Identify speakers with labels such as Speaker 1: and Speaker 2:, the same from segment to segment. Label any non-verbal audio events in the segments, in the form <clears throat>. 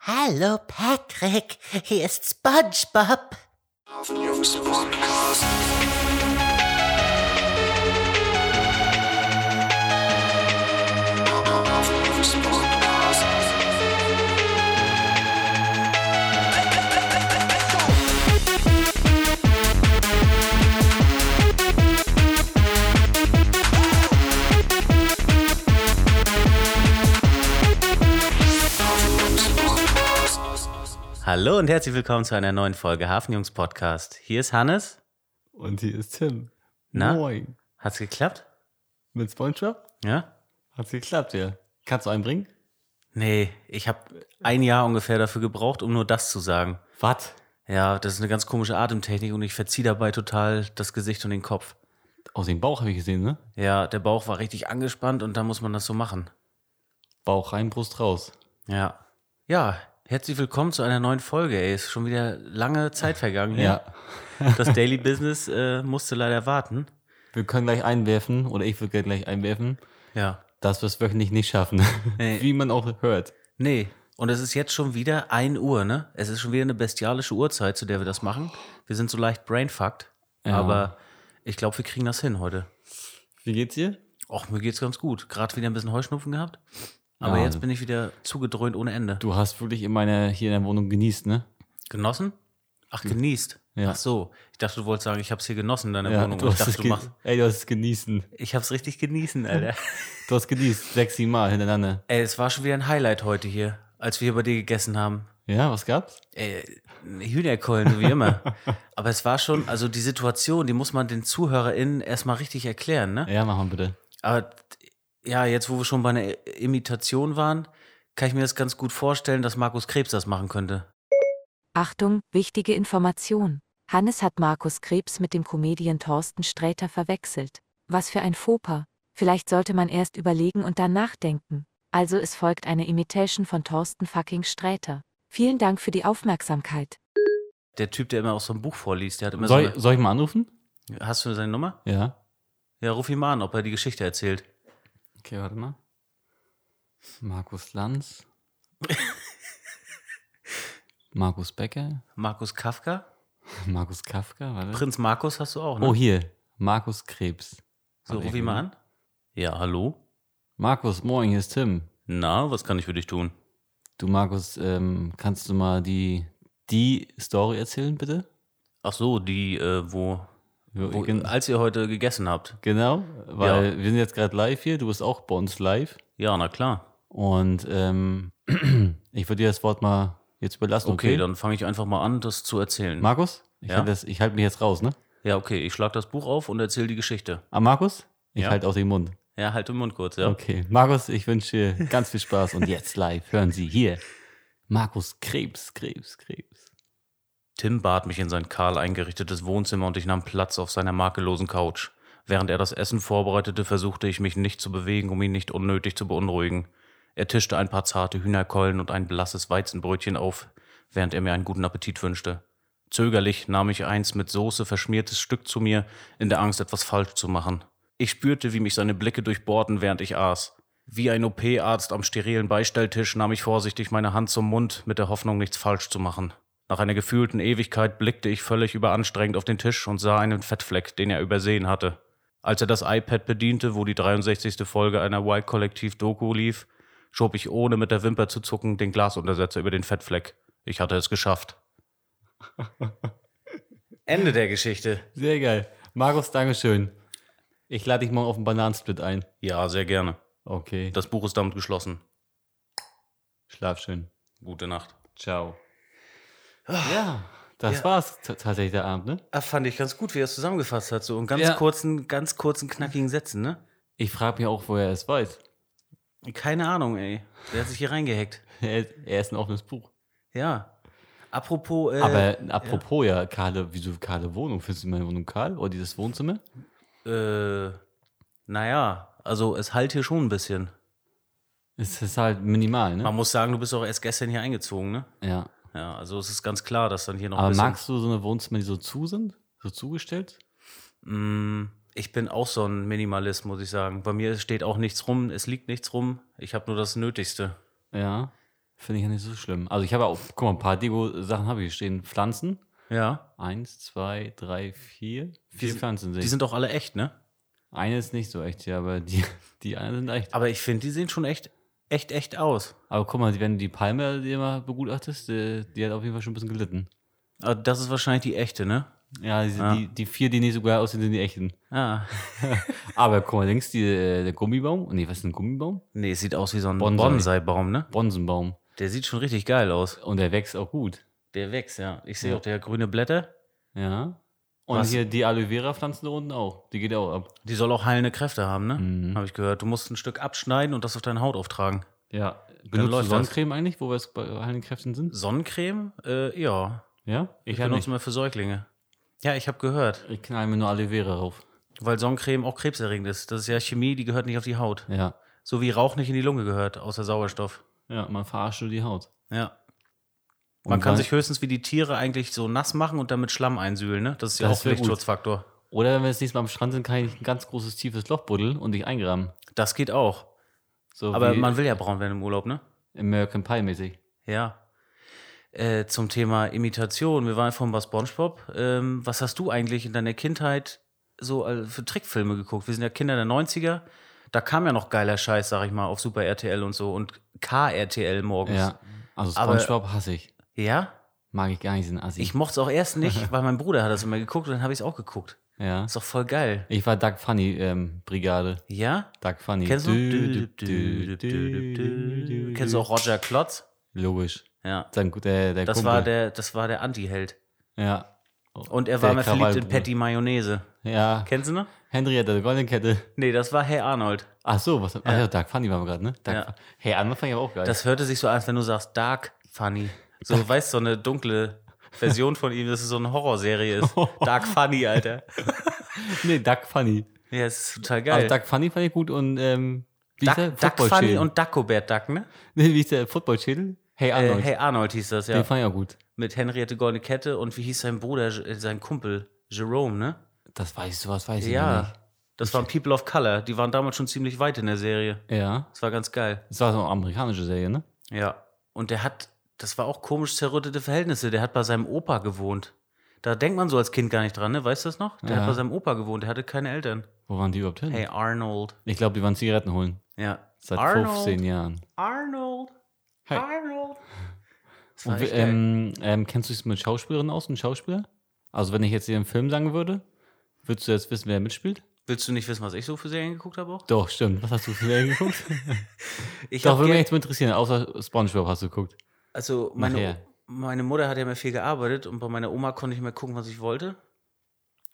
Speaker 1: Hallo Patrick, hier ist SpongeBob.
Speaker 2: Hallo und herzlich willkommen zu einer neuen Folge Hafenjungs Podcast. Hier ist Hannes.
Speaker 3: Und hier ist Tim.
Speaker 2: Na?
Speaker 3: Moin.
Speaker 2: Hat's geklappt?
Speaker 3: Mit Spongebob?
Speaker 2: Ja?
Speaker 3: Hat's geklappt, ja. Kannst du einen bringen?
Speaker 2: Nee, ich habe ein Jahr ungefähr dafür gebraucht, um nur das zu sagen.
Speaker 3: Was?
Speaker 2: Ja, das ist eine ganz komische Atemtechnik und ich verziehe dabei total das Gesicht und den Kopf.
Speaker 3: Aus dem Bauch habe ich gesehen, ne?
Speaker 2: Ja, der Bauch war richtig angespannt und da muss man das so machen.
Speaker 3: Bauch rein, Brust raus.
Speaker 2: Ja. Ja, herzlich willkommen zu einer neuen Folge. Ey, ist schon wieder lange Zeit vergangen.
Speaker 3: Ja.
Speaker 2: hier. Das Daily Business äh, musste leider warten.
Speaker 3: Wir können gleich einwerfen, oder ich würde gleich einwerfen,
Speaker 2: Ja.
Speaker 3: dass wir es wöchentlich nicht <laughs> schaffen.
Speaker 2: Nee.
Speaker 3: Wie man auch hört.
Speaker 2: Nee. Und es ist jetzt schon wieder 1 Uhr, ne? Es ist schon wieder eine bestialische Uhrzeit, zu der wir das machen. Wir sind so leicht brainfucked.
Speaker 3: Ja.
Speaker 2: Aber ich glaube, wir kriegen das hin heute.
Speaker 3: Wie geht's dir?
Speaker 2: Och, mir geht's ganz gut. Gerade wieder ein bisschen Heuschnupfen gehabt. Aber
Speaker 3: Ja.
Speaker 2: jetzt bin ich wieder zugedröhnt ohne Ende.
Speaker 3: Du hast wirklich in meiner, hier in der Wohnung genießt, ne?
Speaker 2: Genossen? Ach, genießt.
Speaker 3: Ja.
Speaker 2: Ach so. Ich dachte, du wolltest sagen, ich hab's hier genossen in deiner Wohnung.
Speaker 3: du
Speaker 2: ich
Speaker 3: hast
Speaker 2: dachte,
Speaker 3: es
Speaker 2: du
Speaker 3: ge-
Speaker 2: machst.
Speaker 3: Ey, du hast es genießen.
Speaker 2: Ich hab's richtig genießen,
Speaker 3: <laughs>
Speaker 2: Alter.
Speaker 3: Du hast genießt. Sechs, sieben Mal hintereinander.
Speaker 2: Ey, es war schon wieder ein Highlight heute hier, als wir hier bei dir gegessen haben.
Speaker 3: Ja, was gab's?
Speaker 2: Äh, Hühnerkeulen, wie immer.
Speaker 3: <laughs>
Speaker 2: Aber es war schon, also die Situation, die muss man den ZuhörerInnen erstmal richtig erklären, ne?
Speaker 3: Ja, mach mal bitte.
Speaker 2: Aber ja, jetzt, wo wir schon bei einer Imitation waren, kann ich mir das ganz gut vorstellen, dass Markus Krebs das machen könnte.
Speaker 4: Achtung, wichtige Information. Hannes hat Markus Krebs mit dem Comedian Thorsten Sträter verwechselt. Was für ein Fauxpas. Vielleicht sollte man erst überlegen und dann nachdenken. Also es folgt eine Imitation von Thorsten fucking Sträter. Vielen Dank für die Aufmerksamkeit.
Speaker 2: Der Typ, der immer aus so einem Buch vorliest, der hat immer
Speaker 3: Soll,
Speaker 2: so
Speaker 3: soll ich mal anrufen?
Speaker 2: eine, Hast du seine Nummer?
Speaker 3: Ja.
Speaker 2: Ja, ruf ihn mal an, ob er die Geschichte erzählt.
Speaker 3: Okay, warte mal. Markus Lanz. Markus Becker.
Speaker 2: Markus Kafka?
Speaker 3: Markus Kafka, warte.
Speaker 2: Prinz Markus hast du auch, ne?
Speaker 3: Oh, hier. Markus Krebs.
Speaker 2: so,
Speaker 3: Hab
Speaker 2: ruf
Speaker 3: ich
Speaker 2: ihn mal
Speaker 3: gehört.
Speaker 2: an. Ja, hallo?
Speaker 3: Markus, moin, hier ist Tim.
Speaker 2: Na, was kann ich für dich tun?
Speaker 3: Du, Markus, ähm, kannst du mal die, die Story erzählen, bitte?
Speaker 2: Ach so, die, äh, wo,
Speaker 3: Wir-
Speaker 2: wo
Speaker 3: gen-
Speaker 2: als ihr heute gegessen habt.
Speaker 3: genau, weil
Speaker 2: Ja.
Speaker 3: wir sind jetzt gerade live hier. Du bist auch bei uns live.
Speaker 2: Ja, na klar.
Speaker 3: Und ähm, <clears throat> ich würde dir das Wort mal jetzt überlassen.
Speaker 2: Okay,
Speaker 3: Okay,
Speaker 2: dann fange ich einfach mal an, das zu erzählen.
Speaker 3: Markus, ich,
Speaker 2: Ja?
Speaker 3: halt das- ich halte mich jetzt raus, ne?
Speaker 2: ja, okay, ich schlag das Buch auf und erzähle die Geschichte.
Speaker 3: Ah, Markus? Ich
Speaker 2: Ja.
Speaker 3: halte auch den Mund.
Speaker 2: Ja, halt den Mund kurz, ja.
Speaker 3: Okay. Markus, ich wünsche dir ganz viel Spaß und jetzt live hören Sie hier. Markus Krebs, Krebs, Krebs.
Speaker 2: Tim bat mich in sein kahl eingerichtetes Wohnzimmer und ich nahm Platz auf seiner makellosen Couch. Während er das Essen vorbereitete, versuchte ich mich nicht zu bewegen, um ihn nicht unnötig zu beunruhigen. Er tischte ein paar zarte Hühnerkeulen und ein blasses Weizenbrötchen auf, während er mir einen guten Appetit wünschte. Zögerlich nahm ich eins mit Soße verschmiertes Stück zu mir, in der Angst, etwas falsch zu machen. Ich spürte, wie mich seine Blicke durchbohrten, während ich aß. Wie ein OP-Arzt am sterilen Beistelltisch nahm ich vorsichtig meine Hand zum Mund, mit der Hoffnung, nichts falsch zu machen. Nach einer gefühlten Ewigkeit blickte ich völlig überanstrengend auf den Tisch und sah einen Fettfleck, den er übersehen hatte. Als er das iPad bediente, wo die 63. Folge einer Y-Kollektiv-Doku lief, schob ich ohne mit der Wimper zu zucken den Glasuntersetzer über den Fettfleck. Ich hatte es geschafft. <laughs> Ende der Geschichte.
Speaker 3: Sehr geil. Markus, Dankeschön. Ich lade dich morgen auf einen Bananensplit ein.
Speaker 2: Ja, sehr gerne.
Speaker 3: Okay.
Speaker 2: Das Buch ist damit geschlossen.
Speaker 3: Schlaf schön.
Speaker 2: Gute Nacht.
Speaker 3: Ciao. Ah, Ja, das war's t- tatsächlich der Abend, ne?
Speaker 2: Ah, fand ich ganz gut, wie er es zusammengefasst hat. So in ganz
Speaker 3: Ja.
Speaker 2: kurzen, ganz kurzen, knackigen Sätzen, ne?
Speaker 3: Ich frage mich auch, woher er es weiß. <laughs>
Speaker 2: Keine Ahnung, ey. Der hat sich hier reingehackt.
Speaker 3: Er, er ist ein offenes Buch.
Speaker 2: Ja. Apropos. Äh,
Speaker 3: Aber apropos ja, kahle, wieso kahle Wohnung? Findest du meine Wohnung kahl? Oder dieses Wohnzimmer?
Speaker 2: Äh, naja, also es halt hier schon ein bisschen.
Speaker 3: Es ist halt minimal, ne?
Speaker 2: Man muss sagen, du bist auch erst gestern hier eingezogen, ne?
Speaker 3: Ja.
Speaker 2: Ja, also es ist ganz klar, dass dann hier noch ein
Speaker 3: Aber
Speaker 2: bisschen.
Speaker 3: magst du so eine Wohnzimmer, die so zu sind? So zugestellt?
Speaker 2: Mm, ich bin auch so ein Minimalist, muss ich sagen. Bei mir steht auch nichts rum, es liegt nichts rum. Ich habe nur das Nötigste.
Speaker 3: Ja. Finde ich ja nicht so schlimm. Also ich habe auch, guck mal, ein paar Deko-Sachen habe ich hier stehen. Pflanzen.
Speaker 2: Ja.
Speaker 3: Eins, zwei, drei, vier. Vier
Speaker 2: Die-
Speaker 3: Pflanzen sehe
Speaker 2: Die
Speaker 3: ich.
Speaker 2: sind auch alle echt, ne?
Speaker 3: Eine ist nicht so echt, ja, aber die, <laughs> die anderen sind echt.
Speaker 2: Aber ich finde, die sehen schon echt, echt, echt aus.
Speaker 3: Aber guck mal, wenn du die Palme dir mal begutachtest, die, die hat auf jeden Fall schon ein bisschen gelitten.
Speaker 2: Aber Ah, das ist wahrscheinlich die echte, ne?
Speaker 3: Ja, die,
Speaker 2: Ja.
Speaker 3: Die, die vier, die nicht so geil aussehen, sind die echten.
Speaker 2: Ah.
Speaker 3: Aber guck mal, links die, äh, der Gummibaum. Nee, was ist ein Gummibaum?
Speaker 2: Nee, es sieht aus wie so ein
Speaker 3: Bonsai.
Speaker 2: Bonsai-Baum, ne?
Speaker 3: Bonsenbaum.
Speaker 2: Der sieht schon richtig geil aus.
Speaker 3: Und der wächst auch gut.
Speaker 2: Der wächst, ja. Ich sehe
Speaker 3: Ja.
Speaker 2: auch der hat grüne Blätter.
Speaker 3: Ja. Und
Speaker 2: Was-
Speaker 3: hier die Aloe Vera Pflanzen da unten auch. Die geht auch ab.
Speaker 2: Die soll auch heilende Kräfte haben, ne?
Speaker 3: Mhm.
Speaker 2: Habe ich gehört. Du musst ein Stück abschneiden und das auf deine Haut auftragen.
Speaker 3: Ja. Benutzt du
Speaker 2: läuft das.
Speaker 3: Sonnencreme eigentlich, wo wir jetzt bei heilenden Kräften sind?
Speaker 2: Sonnencreme? Äh, ja.
Speaker 3: Ja? Ich,
Speaker 2: Ich
Speaker 3: hab
Speaker 2: benutze
Speaker 3: nicht.
Speaker 2: mal für Säuglinge. Ja, ich habe gehört.
Speaker 3: ich knall mir nur Aloe Vera rauf.
Speaker 2: Weil Sonnencreme auch krebserregend ist. Das ist ja Chemie, die gehört nicht auf die Haut.
Speaker 3: Ja.
Speaker 2: So wie Rauch nicht in die Lunge gehört, außer Sauerstoff.
Speaker 3: Ja, man verarscht nur die Haut.
Speaker 2: Ja. Man
Speaker 3: Und
Speaker 2: kann
Speaker 3: weil-
Speaker 2: sich höchstens wie die Tiere eigentlich so nass machen und dann mit Schlamm einsühlen, ne? Das ist ja
Speaker 3: Das
Speaker 2: auch
Speaker 3: wär gut.
Speaker 2: Lichtschutzfaktor.
Speaker 3: Oder wenn wir das nächste Mal am Strand sind, kann ich ein ganz großes, tiefes Loch buddeln und dich eingraben.
Speaker 2: Das geht auch.
Speaker 3: So
Speaker 2: Aber
Speaker 3: wie
Speaker 2: man will ja braun werden im Urlaub, ne?
Speaker 3: American Pie mäßig.
Speaker 2: Ja. Äh, zum Thema Imitation. Wir waren vorhin bei SpongeBob. Ähm, was hast du eigentlich in deiner Kindheit so äh, für Trickfilme geguckt? Wir sind ja Kinder der 90er. Da kam ja noch geiler Scheiß, sag ich mal, auf Super RTL und so und KRTL morgens.
Speaker 3: Ja. Also
Speaker 2: Aber-
Speaker 3: Spongebob hasse ich.
Speaker 2: ja?
Speaker 3: Mag ich gar nicht, sind Assi.
Speaker 2: Ich mochte es auch erst nicht,
Speaker 3: <laughs>
Speaker 2: weil mein Bruder hat das immer geguckt und dann habe ich es auch geguckt.
Speaker 3: ja.
Speaker 2: Ist doch voll geil.
Speaker 3: Ich war Doug Funny ähm, Brigade.
Speaker 2: Ja?
Speaker 3: Doug Funny.
Speaker 2: Kennst du?
Speaker 3: Dü- dü- dü- dü- dü- dü-
Speaker 2: Kennst du auch Roger Klotz?
Speaker 3: Logisch.
Speaker 2: Ja.
Speaker 3: Sein, gut- der, der
Speaker 2: Das
Speaker 3: Kumpel.
Speaker 2: war der, das war der Anti-Held.
Speaker 3: Ja.
Speaker 2: Und er
Speaker 3: Der
Speaker 2: war mal verliebt in
Speaker 3: Krawallbruder.
Speaker 2: Patty Mayonnaise.
Speaker 3: Ja.
Speaker 2: Kennst du noch?
Speaker 3: Henry hat eine Goldenkette.
Speaker 2: Nee, das war Herr Arnold.
Speaker 3: Ach so, was? Ach ja, Doug Funny waren wir gerade, ne? Doug
Speaker 2: Ja.
Speaker 3: Hey, einmal fand ich aber auch geil.
Speaker 2: Das hörte sich so an, als wenn du sagst Dark Funny.
Speaker 3: <laughs>
Speaker 2: So, weißt du, so eine dunkle Version von ihm, dass es so eine Horrorserie ist. Dark Funny, Alter.
Speaker 3: nee, Doug Funny.
Speaker 2: Ja, es ist total geil.
Speaker 3: Also Doug Funny fand ich gut und ähm, wie ist der?
Speaker 2: Duck, Duck Funny
Speaker 3: Footballschädel.
Speaker 2: und Dacobert Duck, ne?
Speaker 3: Nee, <laughs> wie ist der Footballschädel? Hey
Speaker 2: Äh,
Speaker 3: Arnold.
Speaker 2: hey Arnold hieß das, ja.
Speaker 3: Den fand ich auch gut.
Speaker 2: Mit Henriette Goldene Kette und wie hieß sein Bruder, äh, sein Kumpel? Jerome, ne?
Speaker 3: Das weiß ich, sowas weiß ich noch
Speaker 2: Ja.
Speaker 3: nicht.
Speaker 2: Das waren People of Color. Die waren damals schon ziemlich weit in der Serie.
Speaker 3: Ja.
Speaker 2: Das war ganz geil.
Speaker 3: Das war so eine amerikanische Serie, ne?
Speaker 2: Ja. Und der hat, das war auch komisch zerrüttete Verhältnisse. Der hat bei seinem Opa gewohnt. Da denkt man so als Kind gar nicht dran, ne? Weißt du das noch? Der hat
Speaker 3: Ja.
Speaker 2: bei seinem Opa gewohnt, der hatte keine Eltern.
Speaker 3: Wo waren die überhaupt hin?
Speaker 2: Hey, Arnold.
Speaker 3: Ich glaube, die waren Zigaretten holen.
Speaker 2: Ja.
Speaker 3: Seit
Speaker 2: Arnold.
Speaker 3: 15 Jahren.
Speaker 2: Arnold.
Speaker 3: Hey.
Speaker 2: Arnold. Das war
Speaker 3: Und,
Speaker 2: echt geil.
Speaker 3: ähm, ähm, kennst du dich mit Schauspielerinnen aus und Schauspieler? Also, wenn ich jetzt dir einen Film sagen würde, würdest du jetzt wissen, wer mitspielt?
Speaker 2: Willst du nicht wissen, was ich so für Serien geguckt habe auch?
Speaker 3: Doch, stimmt. Was hast du für Serien geguckt?
Speaker 2: Ich
Speaker 3: <laughs> Doch,
Speaker 2: hab
Speaker 3: würde mich
Speaker 2: ge-
Speaker 3: jetzt mal interessieren. Außer Spongebob hast du geguckt.
Speaker 2: also
Speaker 3: Mach
Speaker 2: meine,
Speaker 3: her.
Speaker 2: meine Mutter hat ja mehr viel gearbeitet und bei meiner Oma konnte ich mehr gucken, was ich wollte.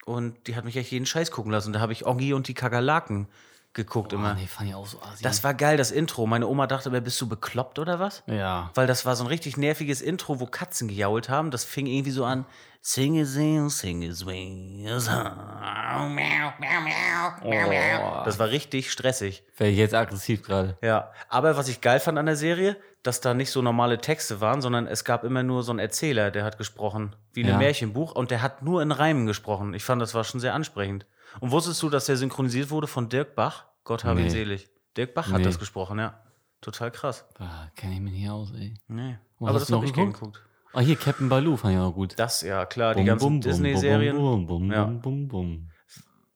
Speaker 2: Und die hat mich echt jeden Scheiß gucken lassen. Da habe ich Ongi und die Kakerlaken geguckt immer.
Speaker 3: nee, fand ich auch so assi.
Speaker 2: Das war geil, das Intro. Meine Oma dachte mir, bist du bekloppt oder was?
Speaker 3: ja.
Speaker 2: Weil das war so ein richtig nerviges Intro, wo Katzen gejault haben. Das fing irgendwie so an. Sing a sing, sing a swing. a song. Miau, miau, miau, miau, miau. Das war richtig stressig.
Speaker 3: Wäre Oh, ich jetzt aggressiv gerade.
Speaker 2: Ja. Aber was ich geil fand an der Serie, dass da nicht so normale Texte waren, sondern es gab immer nur so einen Erzähler, der hat gesprochen. Wie in einem
Speaker 3: Ja.
Speaker 2: Märchenbuch. Und der hat nur in Reimen gesprochen. Ich fand, das war schon sehr ansprechend. Und wusstest du, dass der synchronisiert wurde von Dirk Bach? Gott habe ihn
Speaker 3: Nee.
Speaker 2: selig. Dirk Bach hat
Speaker 3: Nee.
Speaker 2: das gesprochen, ja. Total krass.
Speaker 3: Ah, kenn ich mich nicht aus, ey.
Speaker 2: Nee.
Speaker 3: Was
Speaker 2: Aber
Speaker 3: hast
Speaker 2: das
Speaker 3: du
Speaker 2: habe
Speaker 3: noch
Speaker 2: ich gern
Speaker 3: geguckt?
Speaker 2: geguckt.
Speaker 3: Oh, hier Captain Baloo fand ich auch gut.
Speaker 2: Das, ja, klar, die
Speaker 3: Bum,
Speaker 2: ganzen
Speaker 3: bum, bum,
Speaker 2: Disney-Serien.
Speaker 3: Bum, bum, bum,
Speaker 2: Ja.
Speaker 3: bum, bum, bum.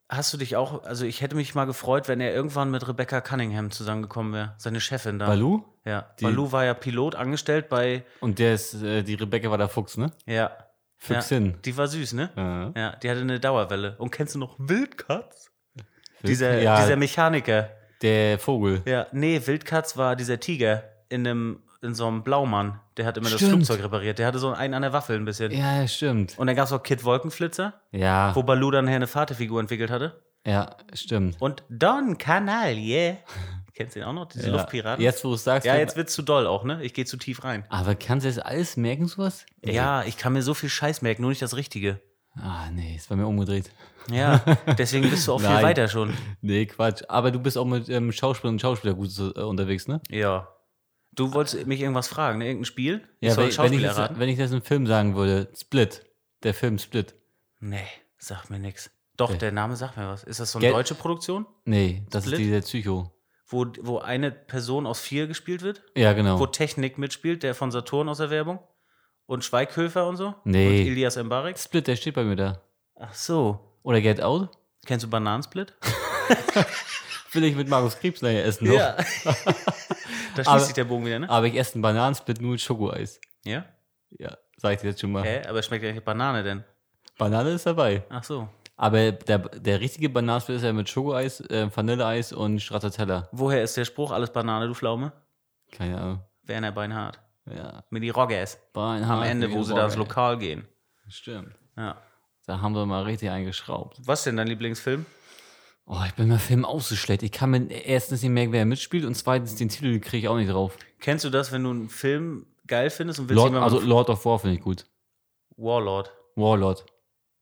Speaker 2: Hast du dich auch, also ich hätte mich mal gefreut, wenn er irgendwann mit Rebecca Cunningham zusammengekommen wäre, seine Chefin da.
Speaker 3: Baloo?
Speaker 2: Ja,
Speaker 3: Die-
Speaker 2: Baloo war ja Pilot, angestellt bei,
Speaker 3: Und der ist, äh, die Rebecca war der Fuchs, ne?
Speaker 2: ja,
Speaker 3: Füchsin.
Speaker 2: die war süß, ne?
Speaker 3: Ja.
Speaker 2: Ja, die hatte eine Dauerwelle. Und kennst du noch Wildkatz?
Speaker 3: Füchs-
Speaker 2: Dieser,
Speaker 3: ja,
Speaker 2: dieser Mechaniker.
Speaker 3: der Vogel.
Speaker 2: Ja, nee, Wildkatz war dieser Tiger in einem, in so einem Blaumann. Der hat immer das
Speaker 3: Stimmt.
Speaker 2: Flugzeug repariert. Der hatte so einen an der Waffel ein bisschen.
Speaker 3: Ja, ja, stimmt.
Speaker 2: Und dann gab es auch Kid Wolkenflitzer,
Speaker 3: Ja,
Speaker 2: wo Baloo dann her eine Vaterfigur entwickelt hatte.
Speaker 3: ja, stimmt.
Speaker 2: Und Don Canal, yeah.
Speaker 3: <laughs>
Speaker 2: Kennst du den auch noch? Diese
Speaker 3: ja.
Speaker 2: Luftpiraten?
Speaker 3: Jetzt, wo du es sagst.
Speaker 2: ja,
Speaker 3: fällt
Speaker 2: jetzt wird's zu doll auch, ne? Ich gehe zu tief rein.
Speaker 3: mir- Aber kannst du das alles merken, sowas?
Speaker 2: Ja, ich kann mir so viel Scheiß merken, nur nicht das
Speaker 3: <laughs>
Speaker 2: Richtige.
Speaker 3: Ah, nee, ist bei mir umgedreht.
Speaker 2: Ja, deswegen bist du auch viel
Speaker 3: Nein.
Speaker 2: weiter schon.
Speaker 3: Nee, Quatsch. Aber du bist auch mit ähm, Schauspielern und Schauspieler gut so, äh, unterwegs, ne?
Speaker 2: Ja. Du wolltest mich irgendwas fragen, ne? Irgendein Spiel? Ich soll einen
Speaker 3: Ah. wenn, wenn, ich
Speaker 2: Schauspieler
Speaker 3: das,
Speaker 2: erraten?
Speaker 3: wenn ich das in einem Film sagen würde, Split. Der Film Split.
Speaker 2: Nee, sagt mir nix. Doch,
Speaker 3: Nee.
Speaker 2: der Name sagt mir was. Ist das so eine
Speaker 3: Gel-
Speaker 2: deutsche Produktion?
Speaker 3: Nee, das
Speaker 2: Split?
Speaker 3: ist dieser Psycho.
Speaker 2: wo, wo eine Person aus vier gespielt wird,
Speaker 3: Ja,
Speaker 2: wo
Speaker 3: genau.
Speaker 2: Technik mitspielt, der von Saturn aus der Werbung und Schweighöfer und so
Speaker 3: Nee.
Speaker 2: und Ilias Embarek.
Speaker 3: Split, der steht bei mir da.
Speaker 2: Ach so,
Speaker 3: Oder Get Out?
Speaker 2: kennst du Bananensplit?
Speaker 3: Will ich mit Markus Krebs nachher essen
Speaker 2: <laughs>
Speaker 3: noch.
Speaker 2: da schließt
Speaker 3: Aber-
Speaker 2: sich der Bogen wieder, ne?
Speaker 3: Aber ich esse einen Bananensplit nur mit Schokoeis.
Speaker 2: ja.
Speaker 3: Ja, sag ich dir jetzt schon mal.
Speaker 2: Hä? Aber es schmeckt ja nicht Banane denn.
Speaker 3: Banane ist dabei.
Speaker 2: Ach so.
Speaker 3: Aber der, der richtige Bananensplit ist ja mit Schokoeis, äh, Vanilleeis und Stracciatella.
Speaker 2: Woher ist der Spruch, alles Banane, du Pflaume?
Speaker 3: Keine Ahnung.
Speaker 2: Werner Beinhardt.
Speaker 3: Ja.
Speaker 2: Mit die Rogges. Am
Speaker 3: Ah,
Speaker 2: Ende, wo sie da ins Lokal gehen.
Speaker 3: Stimmt.
Speaker 2: Ja.
Speaker 3: Da haben wir mal richtig eingeschraubt.
Speaker 2: Was denn dein Lieblingsfilm?
Speaker 3: Oh, ich bin bei Filmen auch so schlecht. Ich kann mir erstens nicht merken, wer mitspielt und zweitens den Titel kriege ich auch nicht drauf.
Speaker 2: Kennst du das, wenn du einen Film geil findest und willst
Speaker 3: Lord,
Speaker 2: jemanden-
Speaker 3: also Lord of War finde ich gut.
Speaker 2: Warlord.
Speaker 3: Warlord.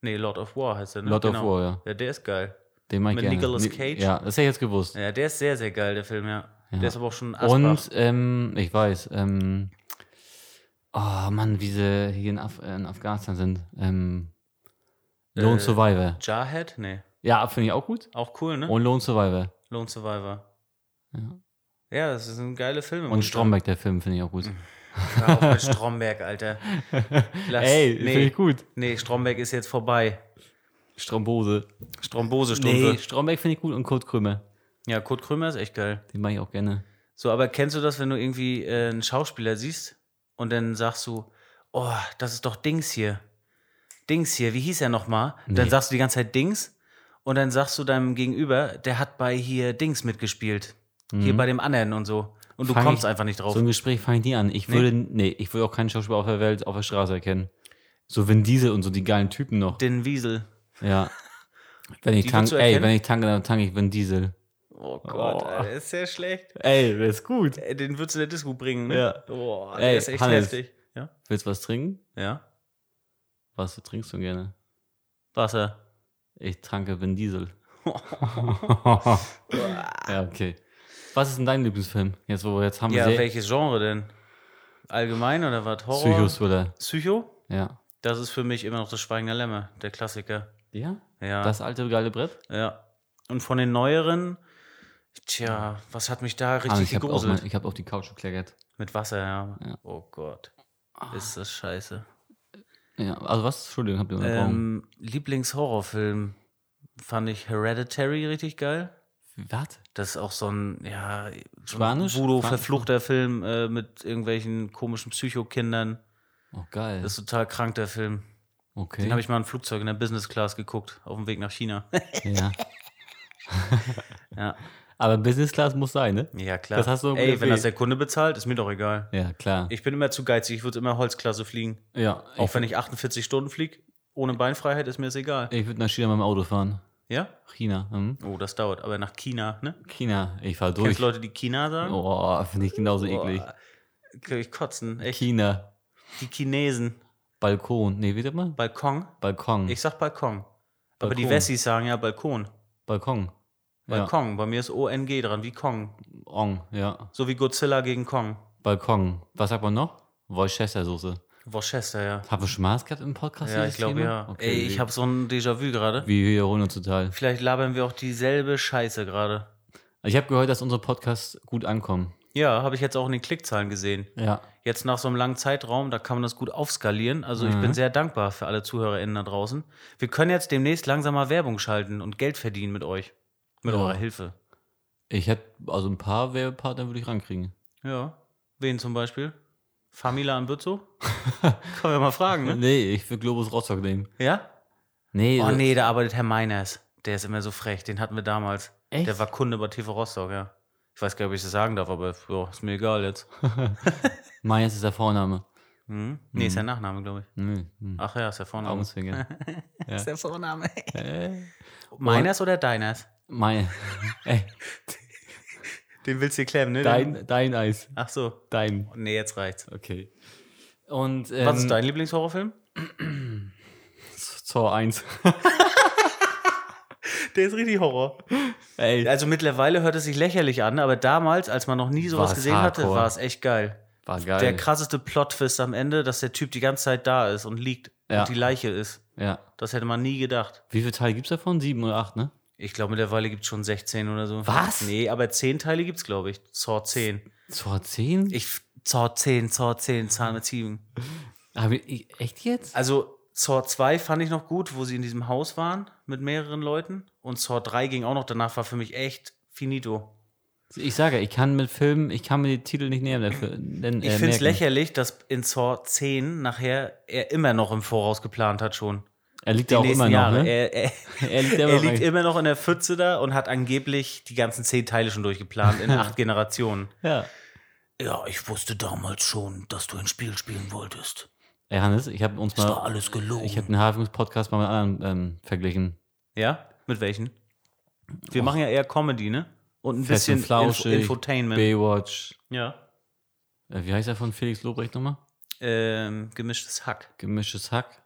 Speaker 2: Nee, Lord of War heißt der, ne?
Speaker 3: Lord of War, ja.
Speaker 2: Ja, der ist geil.
Speaker 3: Den mag ich
Speaker 2: Mit
Speaker 3: gerne.
Speaker 2: Nicolas
Speaker 3: Ni-
Speaker 2: Cage?
Speaker 3: Ja, das hätte ich jetzt gewusst.
Speaker 2: Ja, der ist sehr, sehr geil, der Film, ja.
Speaker 3: Ja.
Speaker 2: Der ist aber auch schon Asbach.
Speaker 3: und, ähm, ich weiß, ähm, oh Mann, wie sie hier in, Af in Afghanistan sind. Ähm, Lone
Speaker 2: Äh,
Speaker 3: Survivor.
Speaker 2: Jarhead? Nee.
Speaker 3: Ja, finde ich auch gut.
Speaker 2: Auch cool, ne?
Speaker 3: Und Lone Survivor.
Speaker 2: Lone Survivor.
Speaker 3: Ja.
Speaker 2: Ja, das sind geile Filme. muss
Speaker 3: Und
Speaker 2: ich
Speaker 3: Stromberg, der Film, finde ich auch gut.
Speaker 2: sagen. Hör auf mit Stromberg, Alter. <laughs> Lass-
Speaker 3: Ey,
Speaker 2: nee.
Speaker 3: finde ich gut.
Speaker 2: Nee, Stromberg ist jetzt vorbei.
Speaker 3: Strombose.
Speaker 2: Strombosestunde.
Speaker 3: Nee, Stromberg finde ich gut und Kurt Krömer.
Speaker 2: Ja, Kurt Krömer ist echt geil.
Speaker 3: Den mag ich auch gerne.
Speaker 2: So, aber kennst du das, wenn du irgendwie äh, einen Schauspieler siehst und dann sagst du, oh, das ist doch Dings hier. Dings hier, wie hieß er nochmal? Und Dann
Speaker 3: Nee.
Speaker 2: sagst du die ganze Zeit Dings und dann sagst du deinem Gegenüber, der hat bei hier Dings mitgespielt. Hier bei dem anderen und so. Und du
Speaker 3: Fang
Speaker 2: kommst
Speaker 3: ich-
Speaker 2: einfach nicht drauf.
Speaker 3: Mhm. So ein Gespräch fange ich nie an. Ich würde, nee. ich würde auch keinen Schauspieler auf der Welt auf der Straße erkennen. So Vin Diesel und so die geilen Typen noch.
Speaker 2: Den Wiesel.
Speaker 3: ja. Wenn ich
Speaker 2: Die würdest
Speaker 3: tank,
Speaker 2: du
Speaker 3: ey,
Speaker 2: erkennen?
Speaker 3: wenn ich tanke, dann tanke ich Vin Diesel.
Speaker 2: Oh Gott,
Speaker 3: Oh.
Speaker 2: Alter, ist sehr schlecht.
Speaker 3: Ey, das ist gut.
Speaker 2: Äh, Den würdest du in der Disco bringen, ne?
Speaker 3: Ja.
Speaker 2: Boah,
Speaker 3: Ey,
Speaker 2: der ist echt
Speaker 3: Hannes.
Speaker 2: heftig. Ja?
Speaker 3: Willst du was trinken?
Speaker 2: Ja.
Speaker 3: Was trinkst du gerne?
Speaker 2: Wasser.
Speaker 3: Ich tanke Vin Diesel. <laughs> ja, okay. Was ist denn dein Lieblingsfilm? Jetzt, wo wir jetzt haben wir
Speaker 2: Ja,
Speaker 3: sehr-
Speaker 2: welches Genre denn? Allgemein oder was? Horror?
Speaker 3: Psychothriller.
Speaker 2: Psycho?
Speaker 3: Ja.
Speaker 2: Das ist für mich immer noch das Schweigen der Lämmer, der Klassiker.
Speaker 3: Ja?
Speaker 2: Ja.
Speaker 3: Das alte geile Brett?
Speaker 2: ja. Und von den neueren, tja, was hat mich da
Speaker 3: Ah,
Speaker 2: richtig
Speaker 3: ich habe auf,
Speaker 2: gegruselt?
Speaker 3: mein- ich hab auf die Couch gekleckert.
Speaker 2: Mit Wasser, ja.
Speaker 3: Ja. Ah.
Speaker 2: Oh Gott. Ist das scheiße.
Speaker 3: Ja, also was? Entschuldigung, habt ihr unterbrochen.
Speaker 2: Ähm, Lieblingshorrorfilm fand ich Hereditary richtig geil.
Speaker 3: was?
Speaker 2: Das ist auch so ein, ja, so ein
Speaker 3: Spanisch?
Speaker 2: Voodoo-verfluchter Film äh, mit irgendwelchen komischen Psychokindern.
Speaker 3: Oh, geil.
Speaker 2: Das ist total krank, der Film.
Speaker 3: okay.
Speaker 2: Den habe ich mal im Flugzeug in der Business Class geguckt, auf dem Weg nach China. <laughs>
Speaker 3: ja.
Speaker 2: ja,
Speaker 3: Aber Business Class muss sein, ne?
Speaker 2: ja klar.
Speaker 3: Das hast
Speaker 2: Ey,
Speaker 3: du gut
Speaker 2: wenn das
Speaker 3: erwähnt.
Speaker 2: der Kunde bezahlt, ist mir doch egal.
Speaker 3: Ja, klar.
Speaker 2: Ich bin immer zu geizig, ich würde immer Holzklasse fliegen.
Speaker 3: ja,
Speaker 2: Auch
Speaker 3: ich,
Speaker 2: wenn ich 48 Stunden fliege, ohne Beinfreiheit ist mir das egal.
Speaker 3: ich würde nach China mit dem Auto fahren.
Speaker 2: Ja?
Speaker 3: China, hm?
Speaker 2: Oh, das dauert. Aber nach China, ne?
Speaker 3: China, ich fahr
Speaker 2: Kennst
Speaker 3: durch.
Speaker 2: Leute, die China sagen?
Speaker 3: Oh, finde ich genauso
Speaker 2: Boah,
Speaker 3: eklig.
Speaker 2: kann ich kotzen. Echt.
Speaker 3: China,
Speaker 2: Die Chinesen.
Speaker 3: Balkon. Nee, wie sagt man?
Speaker 2: Balkon?
Speaker 3: Balkon.
Speaker 2: Ich sag Balkon. Aber die
Speaker 3: Hm. Balkon.
Speaker 2: Wessis sagen ja Balkon.
Speaker 3: Balkon.
Speaker 2: Balkon. Bei mir ist ONG dran, wie Kong.
Speaker 3: Ja. Ong, ja.
Speaker 2: So wie Godzilla gegen Kong.
Speaker 3: Balkon. Was sagt man noch? Worcestersoße.
Speaker 2: Worcester, ja.
Speaker 3: Haben wir schon mal was gehabt im Podcast?
Speaker 2: Ja,
Speaker 3: dieses
Speaker 2: ich glaube
Speaker 3: Thema?
Speaker 2: ja.
Speaker 3: Okay,
Speaker 2: Ey, ich
Speaker 3: wir-
Speaker 2: habe so ein Déjà-vu gerade.
Speaker 3: Wir wiederholen uns total.
Speaker 2: Vielleicht labern wir auch dieselbe Scheiße gerade.
Speaker 3: Ich habe gehört, dass unsere Podcasts gut ankommen.
Speaker 2: Ja, habe ich jetzt auch in den Klickzahlen gesehen.
Speaker 3: Ja.
Speaker 2: Jetzt nach so einem langen Zeitraum, da kann man das gut aufskalieren. Also ich
Speaker 3: Mhm.
Speaker 2: bin sehr dankbar für alle ZuhörerInnen da draußen. Wir können jetzt demnächst langsam mal Werbung schalten und Geld verdienen mit euch. Mit
Speaker 3: Ja.
Speaker 2: eurer Hilfe.
Speaker 3: Ich hätte, also ein paar Werbepartner würde ich rankriegen.
Speaker 2: Ja. Wen zum Beispiel? Famila in Bützow?
Speaker 3: <laughs>
Speaker 2: können wir mal fragen, ne?
Speaker 3: Nee, ich würde Globus Rostock nehmen.
Speaker 2: Ja?
Speaker 3: Nee,
Speaker 2: Oh
Speaker 3: so-
Speaker 2: nee, da arbeitet Herr Meiners. Der ist immer so frech. Den hatten wir damals.
Speaker 3: Echt?
Speaker 2: Der war Kunde bei TV Rostock, ja. Ich weiß gar nicht, ob ich das sagen darf, aber ja, ist mir egal jetzt.
Speaker 3: Meins ist der Vorname.
Speaker 2: Hm? Nee,
Speaker 3: Mhm.
Speaker 2: ist der Nachname, glaube ich.
Speaker 3: Nee. Hm.
Speaker 2: Ach ja, ist der Vorname. <laughs>
Speaker 3: Augenzwinkern.
Speaker 2: Ist der
Speaker 3: <laughs>
Speaker 2: Vorname.
Speaker 3: äh,
Speaker 2: Meiners oder deiners?
Speaker 3: mein, <laughs> ey,
Speaker 2: Den willst du klemmen, ne?
Speaker 3: dein, dein Eis.
Speaker 2: Ach so.
Speaker 3: Dein.
Speaker 2: Nee, jetzt reicht's.
Speaker 3: Okay. Und ähm,
Speaker 2: Was ist dein Lieblingshorrorfilm?
Speaker 3: Tor 1.
Speaker 2: Der ist richtig Horror.
Speaker 3: <laughs> Ey,
Speaker 2: Also mittlerweile hört es sich lächerlich an, aber damals, als man noch nie sowas
Speaker 3: War's
Speaker 2: gesehen hatte,
Speaker 3: hardcore.
Speaker 2: war es echt geil.
Speaker 3: war geil.
Speaker 2: Der krasseste Plot-Twist am Ende, dass der Typ die ganze Zeit da ist und liegt
Speaker 3: Ja.
Speaker 2: und die Leiche ist.
Speaker 3: ja.
Speaker 2: Das hätte man nie gedacht.
Speaker 3: Wie viele Teile gibt's davon? Sieben oder acht, ne?
Speaker 2: Ich glaube, mittlerweile gibt es schon 16 oder so.
Speaker 3: Was?
Speaker 2: Nee, aber 10 Teile gibt es, glaube ich. Zor 10.
Speaker 3: Zur 10?
Speaker 2: Ich, Zor 10, Zor 10, Zahn mit 7.
Speaker 3: Hab ich, echt jetzt?
Speaker 2: Also Zor 2 fand ich noch gut, wo sie in diesem Haus waren mit mehreren Leuten. Und Zor 3 ging auch noch. Danach war für mich echt finito.
Speaker 3: Ich sage, ich kann mit Filmen, ich kann mir die Titel nicht näher dafür- denn,
Speaker 2: Ich
Speaker 3: äh,
Speaker 2: finde es
Speaker 3: merken.
Speaker 2: lächerlich, dass in Zor 10 nachher er immer noch im Voraus geplant hat schon.
Speaker 3: Er liegt
Speaker 2: Die
Speaker 3: ja auch
Speaker 2: nächsten
Speaker 3: immer noch,
Speaker 2: Jahre.
Speaker 3: ne?
Speaker 2: Er, <laughs> er,
Speaker 3: <laughs> Er liegt,
Speaker 2: er liegt
Speaker 3: immer.
Speaker 2: immer noch in der Pfütze da und hat angeblich die ganzen 10 Teile schon durchgeplant <laughs> in acht Generationen.
Speaker 3: Ja.
Speaker 2: Ja, ich wusste damals schon, dass du ein Spiel spielen wolltest.
Speaker 3: Ey, Hannes, ich habe uns
Speaker 2: War
Speaker 3: mal,
Speaker 2: alles gelogen.
Speaker 3: ich habe den Hafenungs-Podcast mal mit anderen ähm, verglichen.
Speaker 2: ja? Mit welchen? Wir machen ja eher Comedy, ne? Und ein
Speaker 3: Fest und
Speaker 2: bisschen
Speaker 3: Flauschig,
Speaker 2: Info Infotainment.
Speaker 3: Baywatch.
Speaker 2: ja.
Speaker 3: Äh, wie heißt er von Felix Lobrecht nochmal?
Speaker 2: Ähm, gemischtes Hack.
Speaker 3: Gemischtes Hack.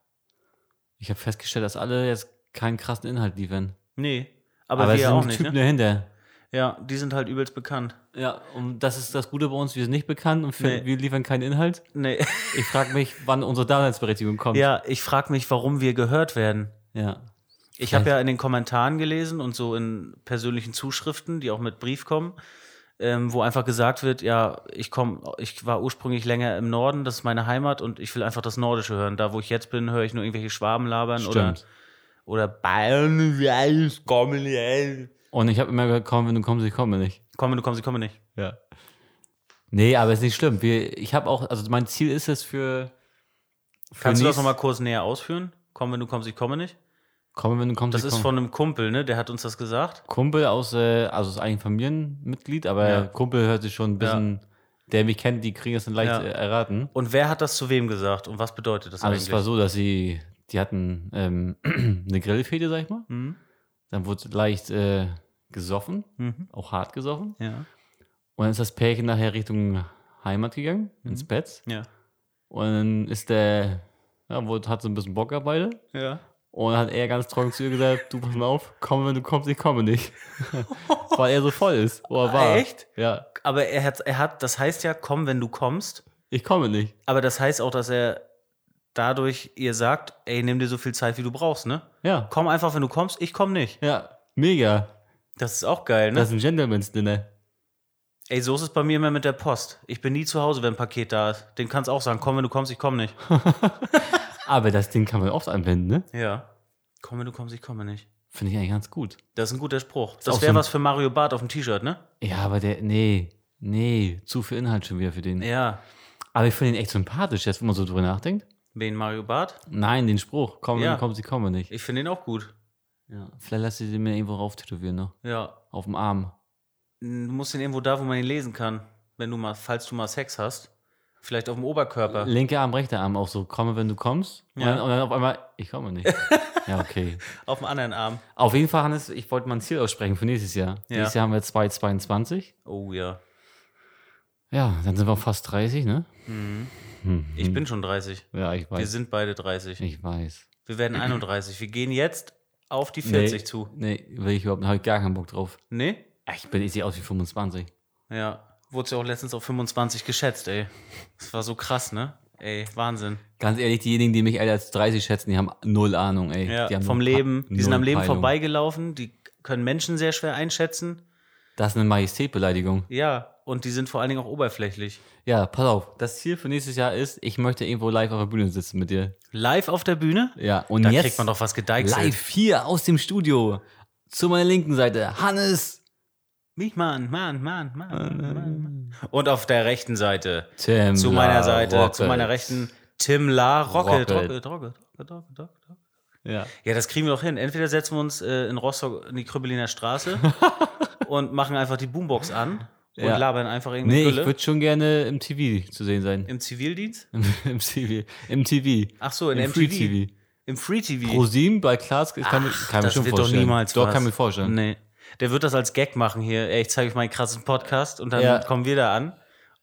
Speaker 3: Ich habe festgestellt, dass alle jetzt keinen krassen Inhalt liefern.
Speaker 2: Nee. Aber, wir
Speaker 3: es
Speaker 2: ja
Speaker 3: sind
Speaker 2: auch nicht,
Speaker 3: Typen
Speaker 2: ne?
Speaker 3: dahinter.
Speaker 2: Ja, die sind halt übelst bekannt.
Speaker 3: Ja, und das ist das Gute bei uns, wir sind nicht bekannt und für,
Speaker 2: Nee.
Speaker 3: wir liefern keinen Inhalt.
Speaker 2: Nee.
Speaker 3: Ich frage mich, wann unsere Daseinsberechtigung kommt.
Speaker 2: ja, ich frage mich, warum wir gehört werden.
Speaker 3: ja.
Speaker 2: Ich habe
Speaker 3: Vielleicht-
Speaker 2: ja in den Kommentaren gelesen und so in persönlichen Zuschriften, die auch mit Brief kommen, ähm, wo einfach gesagt wird, ja, ich komme, ich war ursprünglich länger im Norden, das ist meine Heimat und ich will einfach das Nordische hören. Da, wo ich jetzt bin, höre ich nur irgendwelche Schwaben labern oder
Speaker 3: Stimmt.
Speaker 2: oder Bayern, ja, es kommen, ja.
Speaker 3: Und ich habe immer gehört, komm, wenn du kommst, ich komme nicht.
Speaker 2: Komm, du kommst, ich komme nicht.
Speaker 3: Ja. Nee, aber ist nicht schlimm. Wir, ich habe auch, also mein Ziel ist es für. für
Speaker 2: Kannst du das
Speaker 3: nächst-
Speaker 2: nochmal kurz näher ausführen? Komm, wenn du kommst, ich komme nicht.
Speaker 3: Komm, wenn du kommst,
Speaker 2: Das
Speaker 3: ich
Speaker 2: ist
Speaker 3: komm.
Speaker 2: von einem Kumpel, ne? Der hat uns das gesagt.
Speaker 3: Kumpel aus, äh, also ist eigentlich ein Familienmitglied, aber
Speaker 2: Ja.
Speaker 3: Kumpel hört sich schon ein bisschen, der mich kennt, die kriegen es dann leicht
Speaker 2: Ja.
Speaker 3: äh, erraten.
Speaker 2: Und wer hat das zu wem gesagt und was bedeutet das
Speaker 3: Also
Speaker 2: eigentlich?
Speaker 3: es war so, dass sie, die hatten ähm, <clears throat> eine Grillfete, sag ich mal.
Speaker 2: Hm?
Speaker 3: Dann wurde leicht äh, gesoffen,
Speaker 2: Mhm.
Speaker 3: auch hart gesoffen.
Speaker 2: Ja.
Speaker 3: Und dann ist das Pärchen nachher Richtung Heimat gegangen, ins Bett.
Speaker 2: Mhm. Ja.
Speaker 3: Und dann ist der, ja, wurde, hat so ein bisschen Bock auf beide.
Speaker 2: Ja.
Speaker 3: Und dann hat er ganz trocken zu ihr gesagt, du pass mal auf, komm, wenn du kommst, ich komme nicht. <laughs> Weil er so voll ist. Oder war.
Speaker 2: Echt?
Speaker 3: Ja,
Speaker 2: Aber er hat, er hat, das heißt ja, komm, wenn du kommst.
Speaker 3: ich komme nicht.
Speaker 2: Aber das heißt auch, dass er dadurch ihr sagt, ey, nimm dir so viel Zeit, wie du brauchst, ne?
Speaker 3: Ja.
Speaker 2: Komm einfach, wenn du kommst, ich komm nicht.
Speaker 3: Ja, mega.
Speaker 2: Das ist auch geil, ne?
Speaker 3: Das ist ein Gentleman's Dinner.
Speaker 2: ey, so ist es bei mir immer mit der Post. Ich bin nie zu Hause, wenn ein Paket da ist. Dem kannst du auch sagen, komm, wenn du kommst, ich komm nicht.
Speaker 3: Aber das Ding kann man oft anwenden, ne?
Speaker 2: Ja. Komm, wenn du kommst, ich komme nicht.
Speaker 3: Finde ich eigentlich ganz gut.
Speaker 2: Das ist ein guter Spruch.
Speaker 3: auch
Speaker 2: Das wäre
Speaker 3: so ein-
Speaker 2: was für Mario Barth auf dem T-Shirt, ne?
Speaker 3: Ja, aber der, nee, nee, zu viel Inhalt schon wieder für den.
Speaker 2: Ja.
Speaker 3: Aber ich finde ihn echt sympathisch, jetzt, wenn man so drüber nachdenkt.
Speaker 2: Wen Mario Barth?
Speaker 3: Nein, den Spruch, komm,
Speaker 2: Ja.
Speaker 3: wenn du kommst, ich komme nicht.
Speaker 2: Ich finde ihn auch gut.
Speaker 3: Ja. Vielleicht lass ich den mir irgendwo rauf tätowieren noch.
Speaker 2: Ja.
Speaker 3: Auf dem Arm.
Speaker 2: Du musst ihn irgendwo da, wo man ihn lesen kann, wenn du mal, falls du mal Sex hast. Vielleicht auf dem Oberkörper.
Speaker 3: Linke Arm, rechter Arm auch so, komme, wenn du kommst. Und,
Speaker 2: Ja.
Speaker 3: dann, und dann auf einmal, ich
Speaker 2: <laughs>
Speaker 3: komme nicht. ja, okay.
Speaker 2: Auf dem anderen Arm.
Speaker 3: Auf jeden Fall, Hannes, ich wollte mal ein Ziel aussprechen für nächstes Jahr.
Speaker 2: Ja.
Speaker 3: Nächstes Jahr haben wir 222.
Speaker 2: Oh ja.
Speaker 3: Ja, dann sind wir fast 30, ne? Hm,
Speaker 2: Ich
Speaker 3: hm.
Speaker 2: bin schon 30.
Speaker 3: Ja, ich
Speaker 2: Wir
Speaker 3: weiß.
Speaker 2: sind beide 30.
Speaker 3: ich weiß.
Speaker 2: Wir werden 31. Wir gehen jetzt auf die 40
Speaker 3: nee,
Speaker 2: zu.
Speaker 3: Nee, will ich überhaupt nicht. Habe ich gar keinen Bock drauf.
Speaker 2: Nee?
Speaker 3: Ich bin, ich sehe aus wie 25.
Speaker 2: Ja. Wurde ja auch letztens auf 25 geschätzt, ey. Das war so krass, ne? Ey, Wahnsinn.
Speaker 3: Ganz ehrlich, diejenigen, die mich älter als 30 schätzen, die haben null Ahnung, ey.
Speaker 2: Ja,
Speaker 3: die haben
Speaker 2: vom
Speaker 3: null-
Speaker 2: Leben. Die sind am
Speaker 3: null
Speaker 2: Leben
Speaker 3: Peilung.
Speaker 2: vorbeigelaufen. Die können Menschen sehr schwer einschätzen.
Speaker 3: Das ist eine Majestätbeleidigung.
Speaker 2: Ja. Und die sind vor allen Dingen auch oberflächlich.
Speaker 3: Ja, pass auf. Das Ziel für nächstes Jahr ist, ich möchte irgendwo live auf der Bühne sitzen mit dir.
Speaker 2: Live auf der Bühne?
Speaker 3: Ja, und
Speaker 2: Da
Speaker 3: jetzt
Speaker 2: kriegt man doch was gedeichselt.
Speaker 3: live hier aus dem Studio zu meiner linken Seite Hannes
Speaker 2: Mich, Mann, Mann, Mann, Mann, Mann, Mann. Und auf der rechten Seite.
Speaker 3: Tim
Speaker 2: Zu meiner Seite,
Speaker 3: Rocket.
Speaker 2: zu meiner rechten. Tim La Rocket.
Speaker 3: Rocket.
Speaker 2: Rocket. Rocket. Rocket. Rocket. Rocket. Rocket.
Speaker 3: Ja.
Speaker 2: Ja, das kriegen wir doch hin. Entweder setzen wir uns äh, in Rostock in die Krüppeliner
Speaker 3: <laughs>
Speaker 2: Straße und machen einfach die Boombox an und
Speaker 3: Ja.
Speaker 2: labern einfach irgendeine
Speaker 3: Nee, ich
Speaker 2: Gülle
Speaker 3: würde schon gerne im TV zu sehen sein.
Speaker 2: im Zivildienst.
Speaker 3: Im, <laughs> im TV. Im TV.
Speaker 2: Ach so, in
Speaker 3: Im
Speaker 2: MTV.
Speaker 3: Free TV.
Speaker 2: Im Free TV.
Speaker 3: ProSieben bei Klaas, ich kann, mir- kann mir
Speaker 2: das
Speaker 3: schon
Speaker 2: wird
Speaker 3: vorstellen.
Speaker 2: doch niemals
Speaker 3: Doch,
Speaker 2: was.
Speaker 3: kann mir vorstellen.
Speaker 2: Nee. Der wird das als Gag machen hier. Ey, ich zeige euch meinen krassen Podcast und dann
Speaker 3: Ja.
Speaker 2: kommen wir da an.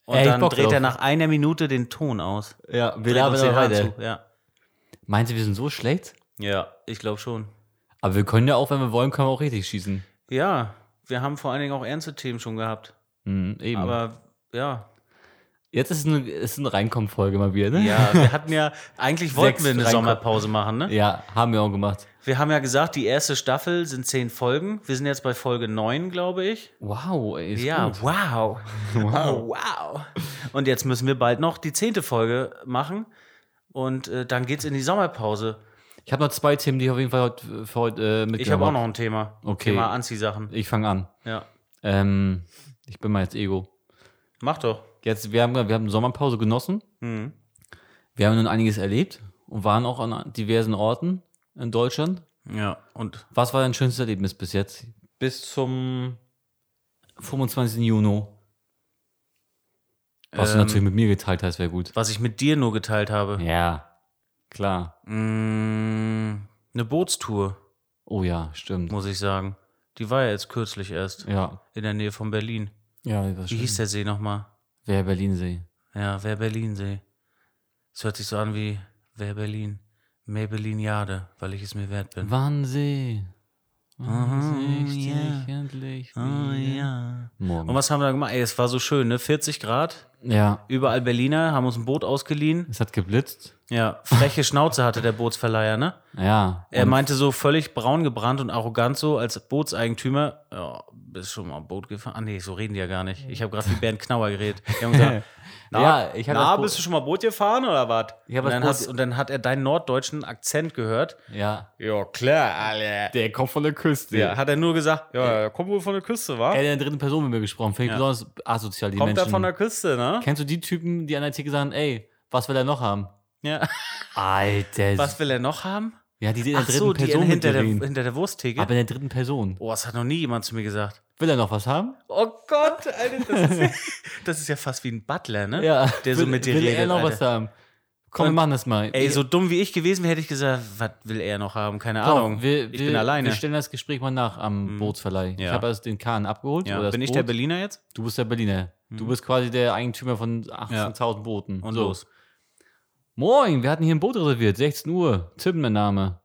Speaker 2: Und
Speaker 3: Ey, ich
Speaker 2: dann
Speaker 3: Bock
Speaker 2: dreht
Speaker 3: drauf.
Speaker 2: er nach einer Minute den Ton aus.
Speaker 3: Ja, wir
Speaker 2: Dreht
Speaker 3: labern
Speaker 2: uns den
Speaker 3: aber
Speaker 2: Hahn
Speaker 3: weiter.
Speaker 2: zu. Ja.
Speaker 3: Meinst du, wir sind so schlecht?
Speaker 2: ja, ich glaube schon.
Speaker 3: Aber wir können ja auch, wenn wir wollen, können wir auch richtig schießen.
Speaker 2: Ja, wir haben vor allen Dingen auch ernste Themen schon gehabt.
Speaker 3: Mhm, eben.
Speaker 2: Aber ja,
Speaker 3: Jetzt ist es eine, ist eine Reinkommen-Folge mal wieder, ne?
Speaker 2: Ja, wir hatten ja, eigentlich wollten
Speaker 3: Sechs
Speaker 2: wir eine
Speaker 3: reinkommen.
Speaker 2: Sommerpause machen, ne?
Speaker 3: <laughs> Ja, haben wir auch gemacht.
Speaker 2: Wir haben ja gesagt, die erste Staffel sind zehn Folgen. Wir sind jetzt bei Folge neun, glaube ich.
Speaker 3: Wow, ey. Ist
Speaker 2: ja,
Speaker 3: gut.
Speaker 2: wow.
Speaker 3: <laughs> Wow.
Speaker 2: Oh, wow. Und jetzt müssen wir bald noch die zehnte Folge machen. Und äh, dann geht's in die Sommerpause.
Speaker 3: Ich habe noch zwei Themen, die ich auf jeden Fall heute, für heute äh, mitgenommen
Speaker 2: Ich habe auch noch ein Thema.
Speaker 3: Okay.
Speaker 2: Thema Anziehsachen.
Speaker 3: Ich fange an.
Speaker 2: Ja.
Speaker 3: Ähm, ich bin mal jetzt Ego.
Speaker 2: Mach doch.
Speaker 3: Jetzt, wir haben, wir haben Sommerpause genossen.
Speaker 2: Mhm.
Speaker 3: Wir haben nun einiges erlebt und waren auch an diversen Orten in Deutschland.
Speaker 2: Ja. Und
Speaker 3: Was war dein schönstes Erlebnis bis jetzt? Bis zum 25. Juni. Was du
Speaker 2: Ähm.
Speaker 3: natürlich mit mir geteilt hast, wäre gut.
Speaker 2: was ich mit dir nur geteilt habe.
Speaker 3: Ja, klar.
Speaker 2: Mm, eine Bootstour,
Speaker 3: Oh ja, stimmt.
Speaker 2: muss ich sagen. Die war ja jetzt kürzlich erst.
Speaker 3: Ja,
Speaker 2: In der Nähe von Berlin.
Speaker 3: ja, das
Speaker 2: Wie hieß der See nochmal?
Speaker 3: Wer Berlinsee?
Speaker 2: Ja, wer Berlinsee. Es hört sich so an wie wer Berlin. Mehr Berlin-Jade, weil ich es mir wert bin.
Speaker 3: Wannsee. Wann
Speaker 2: Oh,
Speaker 3: sehe ich
Speaker 2: ja.
Speaker 3: dich endlich
Speaker 2: Oh
Speaker 3: wieder?
Speaker 2: ja.
Speaker 3: Ah, Morgen.
Speaker 2: Und was haben wir da gemacht? Ey, es war so schön, ne? 40 Grad,
Speaker 3: ja,
Speaker 2: überall Berliner, haben uns ein Boot ausgeliehen.
Speaker 3: es hat geblitzt.
Speaker 2: Ja, freche Schnauze hatte der Bootsverleiher, ne?
Speaker 3: Ja.
Speaker 2: Er
Speaker 3: und-
Speaker 2: meinte so völlig braun gebrannt und arrogant so als Bootseigentümer, ja, bist schon mal Boot gefahren? Ah nee, so reden die ja gar nicht. Ich habe gerade wie Bernd Knauer geredet. Die haben
Speaker 3: <laughs>
Speaker 2: gesagt, na,
Speaker 3: Ja, ich hab
Speaker 2: na
Speaker 3: das Boot-
Speaker 2: bist du schon mal Boot gefahren oder was?
Speaker 3: Ich hab
Speaker 2: und,
Speaker 3: das
Speaker 2: dann
Speaker 3: Boot-
Speaker 2: hast- und dann hat er deinen norddeutschen Akzent gehört.
Speaker 3: Ja.
Speaker 2: Ja, klar, alle.
Speaker 3: Der kommt von der Küste.
Speaker 2: Ja, hat er nur gesagt, ja, er kommt wohl von der Küste, wa?
Speaker 3: Er hat in der dritten Person mit mir gesprochen. Finde ich
Speaker 2: Ja.
Speaker 3: besonders asozial, die
Speaker 2: kommt
Speaker 3: Menschen.
Speaker 2: er von der Küste, ne?
Speaker 3: Kennst du die Typen, die an der Theke sagen, ey, was will er noch haben?
Speaker 2: Ja.
Speaker 3: Alter.
Speaker 2: Was will er noch haben?
Speaker 3: ja, die sind in der
Speaker 2: Ach
Speaker 3: dritten
Speaker 2: so, die
Speaker 3: Person mit
Speaker 2: hinter
Speaker 3: dir
Speaker 2: der,
Speaker 3: reden.
Speaker 2: hinter der Wursttheke.
Speaker 3: Aber in der dritten Person.
Speaker 2: Oh, das hat noch nie jemand zu mir gesagt.
Speaker 3: Will er noch was haben?
Speaker 2: Oh Gott, Alter, das ist, <laughs> das ist ja fast wie ein Butler, ne? Der so
Speaker 3: will,
Speaker 2: mit dir
Speaker 3: will
Speaker 2: redet.
Speaker 3: er noch
Speaker 2: Alter.
Speaker 3: was haben? Komm, wir
Speaker 2: Und-
Speaker 3: machen das mal.
Speaker 2: Ey, so dumm wie ich gewesen wäre, hätte ich gesagt, was will er noch haben? Keine
Speaker 3: Komm,
Speaker 2: Ahnung.
Speaker 3: wir,
Speaker 2: ich
Speaker 3: wir,
Speaker 2: bin alleine. Mhm.
Speaker 3: Wir stellen das Gespräch mal nach am Bootsverleih. Ich
Speaker 2: Ja.
Speaker 3: habe erst den Kahn abgeholt.
Speaker 2: ja.
Speaker 3: oder das
Speaker 2: Bin ich
Speaker 3: Boot.
Speaker 2: der Berliner jetzt?
Speaker 3: Du bist der Berliner. Du bist quasi der Eigentümer von 18.000 Booten.
Speaker 2: Und
Speaker 3: So.
Speaker 2: los.
Speaker 3: Moin, wir hatten hier ein Boot reserviert. 16 Uhr. Tim, mein Name.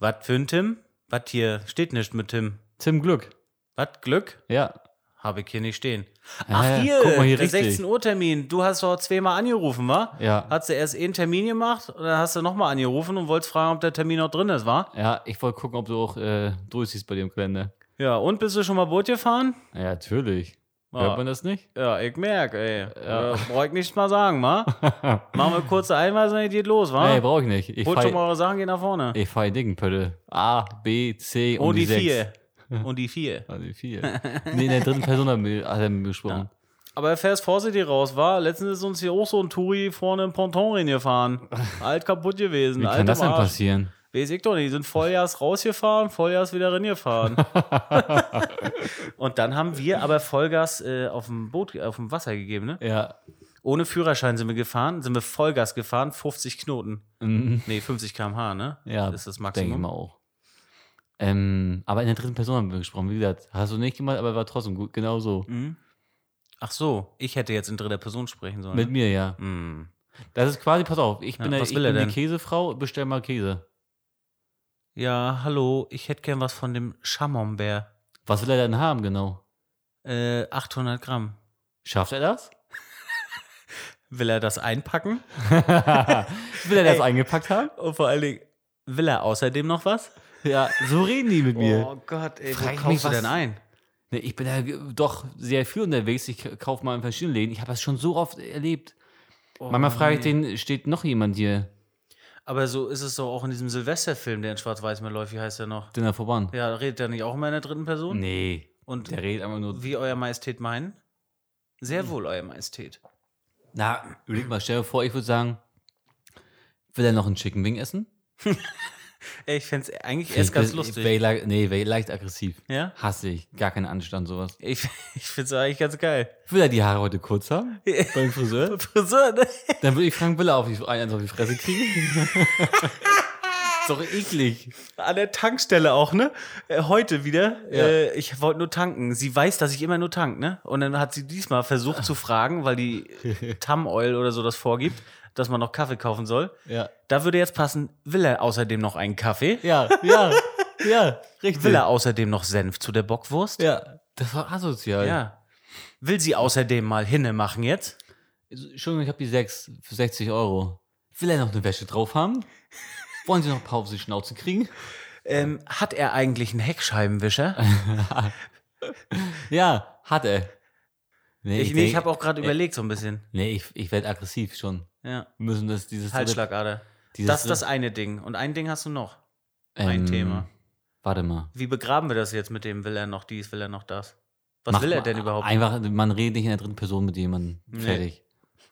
Speaker 2: Was für ein Tim? Was hier? Steht nicht mit Tim.
Speaker 3: Tim Glück.
Speaker 2: Was Glück?
Speaker 3: Ja.
Speaker 2: Habe ich hier nicht stehen.
Speaker 3: Hä?
Speaker 2: Ach, hier,
Speaker 3: Äh, Guck mal hier
Speaker 2: der
Speaker 3: richtig.
Speaker 2: 16 Uhr Termin. Du hast doch zweimal angerufen, wa?
Speaker 3: Ja.
Speaker 2: Hast du erst einen Termin gemacht und dann hast du nochmal angerufen und wolltest fragen, ob der Termin noch drin ist, wa?
Speaker 3: Ja, ich wollte gucken, ob du auch äh, durchsiehst bei dem Kalender.
Speaker 2: Ja, und bist du schon mal Boot gefahren?
Speaker 3: Ja, natürlich.
Speaker 2: Ja.
Speaker 3: Hört man das nicht?
Speaker 2: Ja, ich merke, ey.
Speaker 3: Ja.
Speaker 2: Ja. brauch ich nichts mal sagen,
Speaker 3: <laughs>
Speaker 2: wa? Machen wir kurze Einweisung, dann geht los, wa?
Speaker 3: Nee, brauche ich nicht. Ich
Speaker 2: Ah. Holt schon mal
Speaker 3: fahre
Speaker 2: eure Sachen, geht nach vorne.
Speaker 3: fahr in Dingenpötte. A, B, C und,
Speaker 2: Und Oh, die
Speaker 3: um sechs.
Speaker 2: vier.
Speaker 3: <laughs>
Speaker 2: Und die vier.
Speaker 3: Ah, die
Speaker 2: <laughs>
Speaker 3: vier. nee, in der dritten Person hat er hat er mit mir gesprochen.
Speaker 2: Aber er fährst vorsichtig raus, war. Letztens ist uns hier auch so ein Touri vorne im Ponton
Speaker 3: <laughs>
Speaker 2: reingefahren. Alt kaputt gewesen.
Speaker 3: Wie
Speaker 2: alt
Speaker 3: kann das
Speaker 2: am
Speaker 3: denn
Speaker 2: Arsch.
Speaker 3: passieren?
Speaker 2: Weiß ich doch nicht. Die sind Volljahrs rausgefahren, Volljahrs wieder
Speaker 3: <laughs>
Speaker 2: reingefahren. Und dann haben wir aber Vollgas äh, auf dem Boot, auf dem Wasser gegeben, ne?
Speaker 3: Ja.
Speaker 2: Ohne Führerschein sind wir gefahren, sind wir Vollgas gefahren, 50 Knoten.
Speaker 3: Mhm.
Speaker 2: Nee, 50 km/h, ne?
Speaker 3: Ja,
Speaker 2: Das ist das
Speaker 3: Denke ich
Speaker 2: Maximum.
Speaker 3: mal auch. Ähm, aber in der dritten Person haben wir gesprochen. Wie gesagt, hast du nicht gemacht, aber war trotzdem gut. Genau so.
Speaker 2: Mhm. Ach so, ich hätte jetzt in dritter Person sprechen sollen.
Speaker 3: Mit mir, ja.
Speaker 2: ne? Mhm.
Speaker 3: Das ist quasi, pass auf, ich bin, der,
Speaker 2: was
Speaker 3: ich
Speaker 2: will er
Speaker 3: bin die
Speaker 2: denn?
Speaker 3: Käsefrau, bestell mal Käse.
Speaker 2: Ja, hallo, ich hätte gern was von dem Chamombeer.
Speaker 3: Was will er denn haben, genau?
Speaker 2: Äh, 800 Gramm.
Speaker 3: Schafft
Speaker 2: <laughs>
Speaker 3: er das? <laughs>
Speaker 2: Will er das einpacken?
Speaker 3: will er das
Speaker 2: Ey.
Speaker 3: eingepackt haben?
Speaker 2: Und vor allen Dingen, will er außerdem noch was?
Speaker 3: Ja, so reden die mit mir.
Speaker 2: Oh Gott, ey,
Speaker 3: Frag ich
Speaker 2: wo
Speaker 3: mich,
Speaker 2: kaufst du
Speaker 3: was-
Speaker 2: denn ein?
Speaker 3: Nee, ich bin ja ge- doch sehr viel unterwegs. Ich kaufe mal in verschiedenen Läden. Ich habe das schon so oft erlebt. Oh,
Speaker 2: Oh,
Speaker 3: Manchmal frage ich den, steht noch jemand hier?
Speaker 2: Aber so ist es doch auch in diesem Silvesterfilm, der in Schwarz-Weiß mehr läuft. Wie heißt der noch?
Speaker 3: Dinner voran.
Speaker 2: Ja, redet der nicht auch immer in der dritten Person?
Speaker 3: Nee,
Speaker 2: Und
Speaker 3: der redet einfach nur.
Speaker 2: wie Euer Majestät meinen? Sehr wohl, Euer Majestät.
Speaker 3: Na, überleg mal, stell dir vor, ich würde sagen, will er noch einen Chicken Wing essen?
Speaker 2: Ey, ich fänd's eigentlich erst ganz
Speaker 3: Wär
Speaker 2: lustig.
Speaker 3: ich le- nee, wäre leicht aggressiv.
Speaker 2: Ja?
Speaker 3: Hasse ich, gar keinen Anstand, sowas.
Speaker 2: Ich, <laughs> ich find's eigentlich ganz geil.
Speaker 3: Will er die Haare heute kurz haben? Beim
Speaker 2: <laughs>
Speaker 3: Friseur?
Speaker 2: Friseur, ne?
Speaker 3: Dann würde ich Frank Willer auf die, eins auf die Fresse kriegen.
Speaker 2: <laughs>
Speaker 3: ist doch eklig.
Speaker 2: An der Tankstelle auch, ne? Äh, Heute wieder.
Speaker 3: Ja.
Speaker 2: Äh, ich wollte nur tanken. Sie weiß, dass ich immer nur tank, ne? Und dann hat sie diesmal versucht
Speaker 3: <laughs>
Speaker 2: zu fragen, weil die Tam Oil oder so das vorgibt, dass man noch Kaffee kaufen soll.
Speaker 3: Ja.
Speaker 2: Da würde jetzt passen, will er außerdem noch einen Kaffee?
Speaker 3: Ja, ja, ja, richtig.
Speaker 2: Will er außerdem noch Senf zu der Bockwurst?
Speaker 3: Ja, das war asozial.
Speaker 2: Ja. Will sie außerdem mal Hinne machen jetzt?
Speaker 3: Entschuldigung, ich habe die sechs für 60 Euro. Will er noch eine Wäsche drauf haben? Wollen Sie noch Pause Schnauze kriegen?
Speaker 2: Ähm, hat er eigentlich einen Heckscheibenwischer?
Speaker 3: <laughs> ja, hat er. Nee,
Speaker 2: ich nee, ich
Speaker 3: denk-
Speaker 2: habe auch gerade überlegt so ein bisschen.
Speaker 3: Nee, ich, ich werde aggressiv schon.
Speaker 2: Ja.
Speaker 3: Wir müssen das dieses.
Speaker 2: Halsschlagader.
Speaker 3: Dieses Ähm,
Speaker 2: das ist das eine Ding. Und ein Ding hast du noch. ein Thema.
Speaker 3: Warte mal.
Speaker 2: Wie begraben wir das jetzt mit dem? Will er noch dies, will er noch das? Was
Speaker 3: Mach
Speaker 2: will er
Speaker 3: mal-
Speaker 2: denn überhaupt?
Speaker 3: Einfach, man redet nicht in der dritten Person mit jemandem.
Speaker 2: Nee.
Speaker 3: Fertig.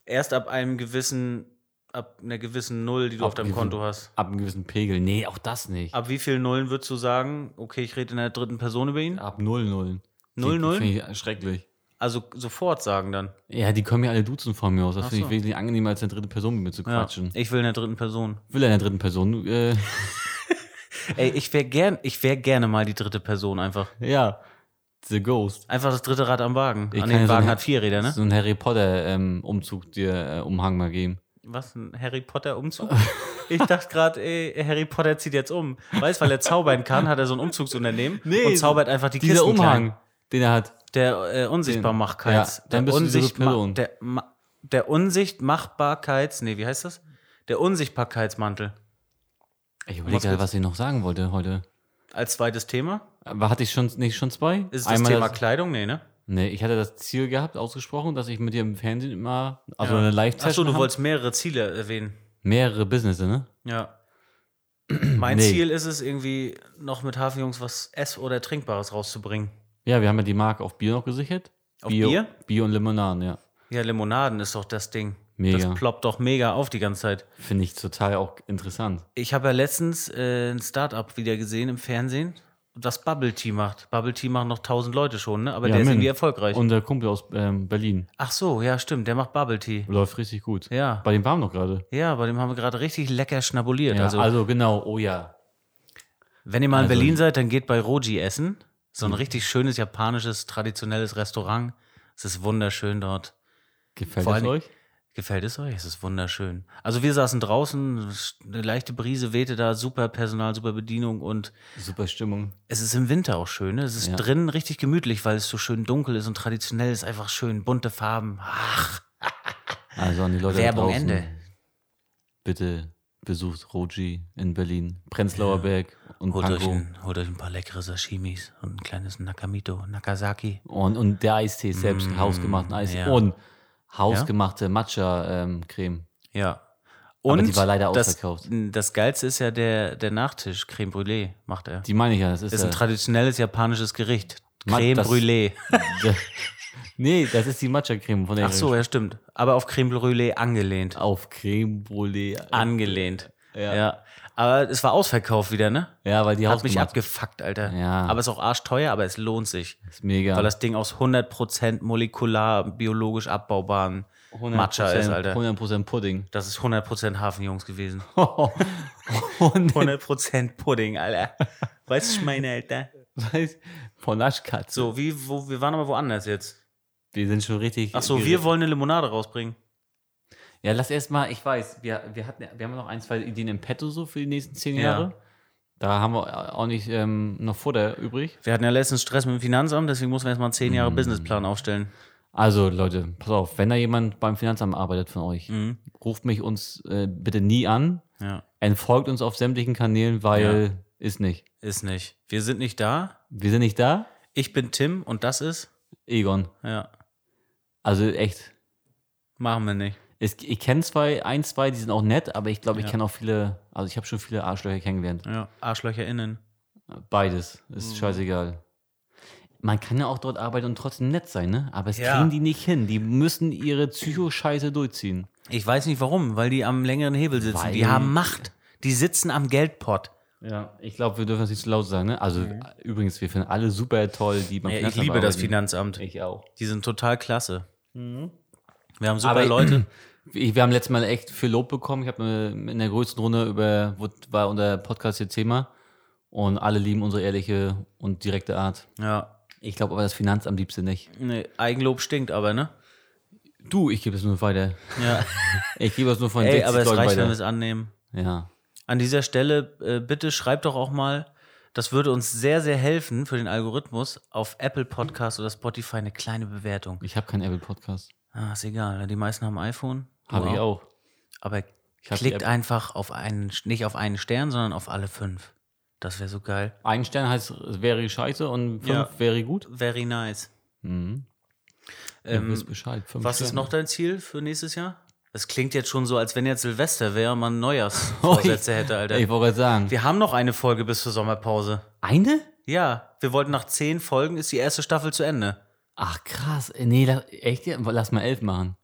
Speaker 2: Erst ab einem gewissen, ab einer gewissen Null, die du
Speaker 3: Ab
Speaker 2: auf deinem
Speaker 3: gewissen-
Speaker 2: Konto hast.
Speaker 3: Ab einem gewissen Pegel. Nee, auch das nicht.
Speaker 2: Ab wie vielen Nullen würdest du sagen, okay, ich rede in der dritten Person über ihn?
Speaker 3: Ab null null.
Speaker 2: Null, null?
Speaker 3: Finde ich schrecklich.
Speaker 2: Also sofort sagen dann.
Speaker 3: Ja, die kommen ja alle duzen von mir aus. Das
Speaker 2: Ach
Speaker 3: finde ich
Speaker 2: so.
Speaker 3: wesentlich angenehmer, als in der dritten Person mit mir zu
Speaker 2: Ja,
Speaker 3: quatschen.
Speaker 2: ich will in der dritten Person.
Speaker 3: Will er in der dritten Person? Äh, <laughs>
Speaker 2: Ey, ich wäre gern, ich wäre gerne mal die dritte Person einfach.
Speaker 3: ja. The Ghost.
Speaker 2: Einfach das dritte Rad am Wagen.
Speaker 3: Ich
Speaker 2: An
Speaker 3: kann
Speaker 2: dem
Speaker 3: ja so
Speaker 2: Wagen
Speaker 3: ein-
Speaker 2: hat vier Räder, ne?
Speaker 3: So ein Harry Potter-Umzug dir äh, Umhang mal geben.
Speaker 2: Was, ein Harry Potter
Speaker 3: <laughs>
Speaker 2: Umzug? Ich dachte gerade, ey, Harry Potter zieht jetzt um. Weißt, weil er zaubern kann, hat er so ein Umzugsunternehmen
Speaker 3: Nee,
Speaker 2: und zaubert einfach die
Speaker 3: Dieser
Speaker 2: Kisten klein.
Speaker 3: Umhang, den er hat.
Speaker 2: Der äh, Unsichtbarmachkeits.
Speaker 3: Den- ja, dann
Speaker 2: der
Speaker 3: bist du diese um.
Speaker 2: Unsichtma-
Speaker 3: Person.
Speaker 2: Der, Ma- der Unsichtmachbarkeits. Nee, wie heißt das? Der Unsichtbarkeitsmantel. Was
Speaker 3: Ich überlege gerade,
Speaker 2: gibt's?
Speaker 3: was ich noch sagen wollte heute.
Speaker 2: Als zweites Thema.
Speaker 3: Aber hatte ich schon, nicht schon zwei?
Speaker 2: Ist es das Thema Kleidung? Nee, ne?
Speaker 3: Nee, ich hatte das Ziel gehabt, ausgesprochen, dass ich mit dir im Fernsehen immer, also
Speaker 2: Ja.
Speaker 3: eine Live-Session
Speaker 2: Achso, du
Speaker 3: hab.
Speaker 2: wolltest mehrere Ziele erwähnen.
Speaker 3: Mehrere Business, ne? <clears throat>
Speaker 2: Ja. Mein
Speaker 3: Nee.
Speaker 2: Ziel ist es, irgendwie noch mit Hafenjungs was Ess- oder Trinkbares rauszubringen.
Speaker 3: Ja, wir haben ja die Marke auf Bier noch gesichert.
Speaker 2: Auf Bier?
Speaker 3: Bier und Limonaden, ja.
Speaker 2: Ja, Limonaden ist doch das Ding.
Speaker 3: Mega.
Speaker 2: Das ploppt doch mega auf die ganze Zeit.
Speaker 3: Finde ich total auch interessant.
Speaker 2: Ich habe ja letztens äh, ein Startup wieder gesehen im Fernsehen, das Bubble Tea macht. Bubble Tea machen noch tausend Leute schon, ne? Aber
Speaker 3: Ja,
Speaker 2: der ist
Speaker 3: Mann.
Speaker 2: irgendwie erfolgreich.
Speaker 3: Unser Kumpel aus ähm, Berlin
Speaker 2: Ach so, ja, stimmt, der macht Bubble Tea.
Speaker 3: läuft richtig gut.
Speaker 2: Ja.
Speaker 3: Bei dem waren wir noch gerade.
Speaker 2: Ja, bei dem haben wir gerade richtig lecker schnabuliert.
Speaker 3: Ja, also,
Speaker 2: also,
Speaker 3: genau, oh ja.
Speaker 2: wenn ihr mal in
Speaker 3: also- Mhm.
Speaker 2: Berlin seid, dann geht bei Roji essen. So ein richtig schönes japanisches, traditionelles Restaurant. Es ist wunderschön dort.
Speaker 3: Gefällt
Speaker 2: Vor
Speaker 3: es
Speaker 2: allen
Speaker 3: euch?
Speaker 2: Gefällt es euch? Es ist wunderschön. Also wir saßen draußen, eine leichte Brise wehte da, super Personal, super Bedienung und
Speaker 3: Super Stimmung.
Speaker 2: es ist im Winter auch schön. Ne? Es ist
Speaker 3: Ja.
Speaker 2: drinnen richtig gemütlich, weil es so schön dunkel ist und traditionell ist einfach schön bunte Farben. Ach,
Speaker 3: Also an die Leute da
Speaker 2: Werbung
Speaker 3: draußen.
Speaker 2: Ende.
Speaker 3: Bitte besucht Roji in Berlin, Prenzlauer
Speaker 2: Ja.
Speaker 3: Berg und
Speaker 2: holt euch,
Speaker 3: Pankow.
Speaker 2: ein, holt euch ein paar leckere Sashimis und ein kleines Nakamito, Nakasaki.
Speaker 3: Und, und der Eistee ist selbst,
Speaker 2: Mm,
Speaker 3: hausgemachten Eistee.
Speaker 2: ja.
Speaker 3: Und hausgemachte Matcha-Creme.
Speaker 2: Ja.
Speaker 3: Aber
Speaker 2: Und
Speaker 3: die war leider
Speaker 2: das,
Speaker 3: ausverkauft.
Speaker 2: Das Geilste ist ja der, der Nachtisch, Creme Brûlée macht er.
Speaker 3: die meine ich ja, das ist,
Speaker 2: ist
Speaker 3: ja-
Speaker 2: ein traditionelles japanisches Gericht.
Speaker 3: Matt,
Speaker 2: Creme
Speaker 3: das-
Speaker 2: Brûlée.
Speaker 3: <laughs> Nee, das ist die Matcha-Creme von der
Speaker 2: Ach so, ja, stimmt. Aber auf Creme Brûlée angelehnt.
Speaker 3: Auf Creme Brûlée.
Speaker 2: Angelehnt.
Speaker 3: Ja.
Speaker 2: Ja. Aber es war ausverkauft wieder, ne?
Speaker 3: Ja, weil die
Speaker 2: Hat mich
Speaker 3: hausgemacht
Speaker 2: abgefuckt, Alter.
Speaker 3: Ja.
Speaker 2: Aber ist auch arschteuer, aber es lohnt sich.
Speaker 3: ist mega.
Speaker 2: Weil das Ding aus 100% molekular, biologisch abbaubaren Matcha ist, Alter. <laughs>
Speaker 3: 100% Pudding. <laughs>
Speaker 2: Das ist 100% Hafenjungs <laughs> gewesen.
Speaker 3: 100% <laughs>
Speaker 2: 100% Pudding, Alter. <laughs> Weißt du, ich meine, Alter?
Speaker 3: Polaschkatze. So.
Speaker 2: So, wie, wo, wir waren aber woanders jetzt.
Speaker 3: Wir sind schon richtig.
Speaker 2: Ach so, wir wollen eine Limonade rausbringen.
Speaker 3: Ja, lass erst mal. ich weiß, wir, wir, hatten, wir haben noch ein, zwei Ideen im Petto so für die nächsten zehn
Speaker 2: Ja.
Speaker 3: Jahre. Da haben wir auch nicht ähm, noch Futter übrig.
Speaker 2: Wir hatten ja letztens Stress mit dem Finanzamt, deswegen mussten wir erstmal einen 10 Jahre Businessplan aufstellen.
Speaker 3: Also Leute, pass auf, wenn da jemand beim Finanzamt arbeitet von euch,
Speaker 2: Mhm.
Speaker 3: ruft mich uns äh, bitte nie an,
Speaker 2: Ja.
Speaker 3: entfolgt uns auf sämtlichen Kanälen, weil ist nicht.
Speaker 2: Ist nicht. Wir sind nicht da.
Speaker 3: Wir sind nicht da,
Speaker 2: Ich bin Tim und das ist.
Speaker 3: Egon.
Speaker 2: Ja.
Speaker 3: Also echt,
Speaker 2: Machen wir nicht.
Speaker 3: es, ich kenne zwei, ein, zwei, die sind auch nett, aber ich glaube, ich
Speaker 2: Ja.
Speaker 3: kenne auch viele, also ich habe schon viele Arschlöcher kennengelernt.
Speaker 2: Ja. ArschlöcherInnen.
Speaker 3: Beides, ist
Speaker 2: Mhm.
Speaker 3: scheißegal. Man kann ja auch dort arbeiten und trotzdem nett sein, ne? Aber es
Speaker 2: Ja.
Speaker 3: kriegen die nicht hin. Die müssen ihre Psycho-Scheiße durchziehen.
Speaker 2: Ich weiß nicht warum, weil die am längeren Hebel sitzen.
Speaker 3: Weil-
Speaker 2: die haben Macht. Die sitzen am Geldpott.
Speaker 3: Ja, ich glaube, wir dürfen das nicht zu laut sagen, ne? Also äh, übrigens, wir finden alle super toll, die beim
Speaker 2: Mhm. Ja, ich
Speaker 3: Finanzamt
Speaker 2: liebe das
Speaker 3: arbeiten.
Speaker 2: Finanzamt.
Speaker 3: Ich auch.
Speaker 2: Die sind total klasse. Wir haben super
Speaker 3: Mhm. Aber <clears throat>
Speaker 2: Leute.
Speaker 3: Leute, ich, wir haben letztes Mal echt viel Lob bekommen. Ich habe äh, in der größten Runde über, wurde- war unser Podcast hier Thema. Und alle lieben unsere ehrliche und direkte Art.
Speaker 2: Ja.
Speaker 3: Ich glaube aber das Finanzamt liebste nicht.
Speaker 2: Nee, Eigenlob stinkt aber, ne?
Speaker 3: Du, ich gebe es nur weiter.
Speaker 2: Ja. <laughs>
Speaker 3: Ich gebe es nur von
Speaker 2: Ey,
Speaker 3: 60
Speaker 2: aber es
Speaker 3: Leuten
Speaker 2: reicht, wenn wir
Speaker 3: weiter.
Speaker 2: es annehmen.
Speaker 3: Ja.
Speaker 2: An dieser Stelle, äh, bitte schreibt doch auch mal, das würde uns sehr, sehr helfen für den Algorithmus, auf Apple Podcast oder Spotify eine kleine Bewertung.
Speaker 3: Ich habe keinen Apple Podcast.
Speaker 2: Ah, ist egal. Die meisten haben iPhone. Du
Speaker 3: Habe ich auch.
Speaker 2: Aber
Speaker 3: hab die
Speaker 2: klickt
Speaker 3: App.
Speaker 2: einfach auf einen, nicht auf einen Stern, sondern auf alle fünf. Das wäre so geil.
Speaker 3: Ein Stern heißt, es wäre scheiße und fünf
Speaker 2: Ja.
Speaker 3: wäre gut.
Speaker 2: Very nice.
Speaker 3: Mhm.
Speaker 2: Ähm,
Speaker 3: Ihr wisst Bescheid. Fünf
Speaker 2: was ist
Speaker 3: Sterne. <laughs>
Speaker 2: noch dein Ziel für nächstes Jahr? Das klingt jetzt schon so, als wenn jetzt Silvester wäre und man
Speaker 3: <laughs>
Speaker 2: Neujahrsvorsätze hätte, Alter.
Speaker 3: Ich wollte gerade sagen.
Speaker 2: Wir haben noch eine Folge bis zur Sommerpause.
Speaker 3: Eine?
Speaker 2: Ja, wir wollten nach zehn Folgen ist die erste Staffel zu Ende.
Speaker 3: Ach krass. Äh, Nee, la- echt? ja? Lass mal elf machen.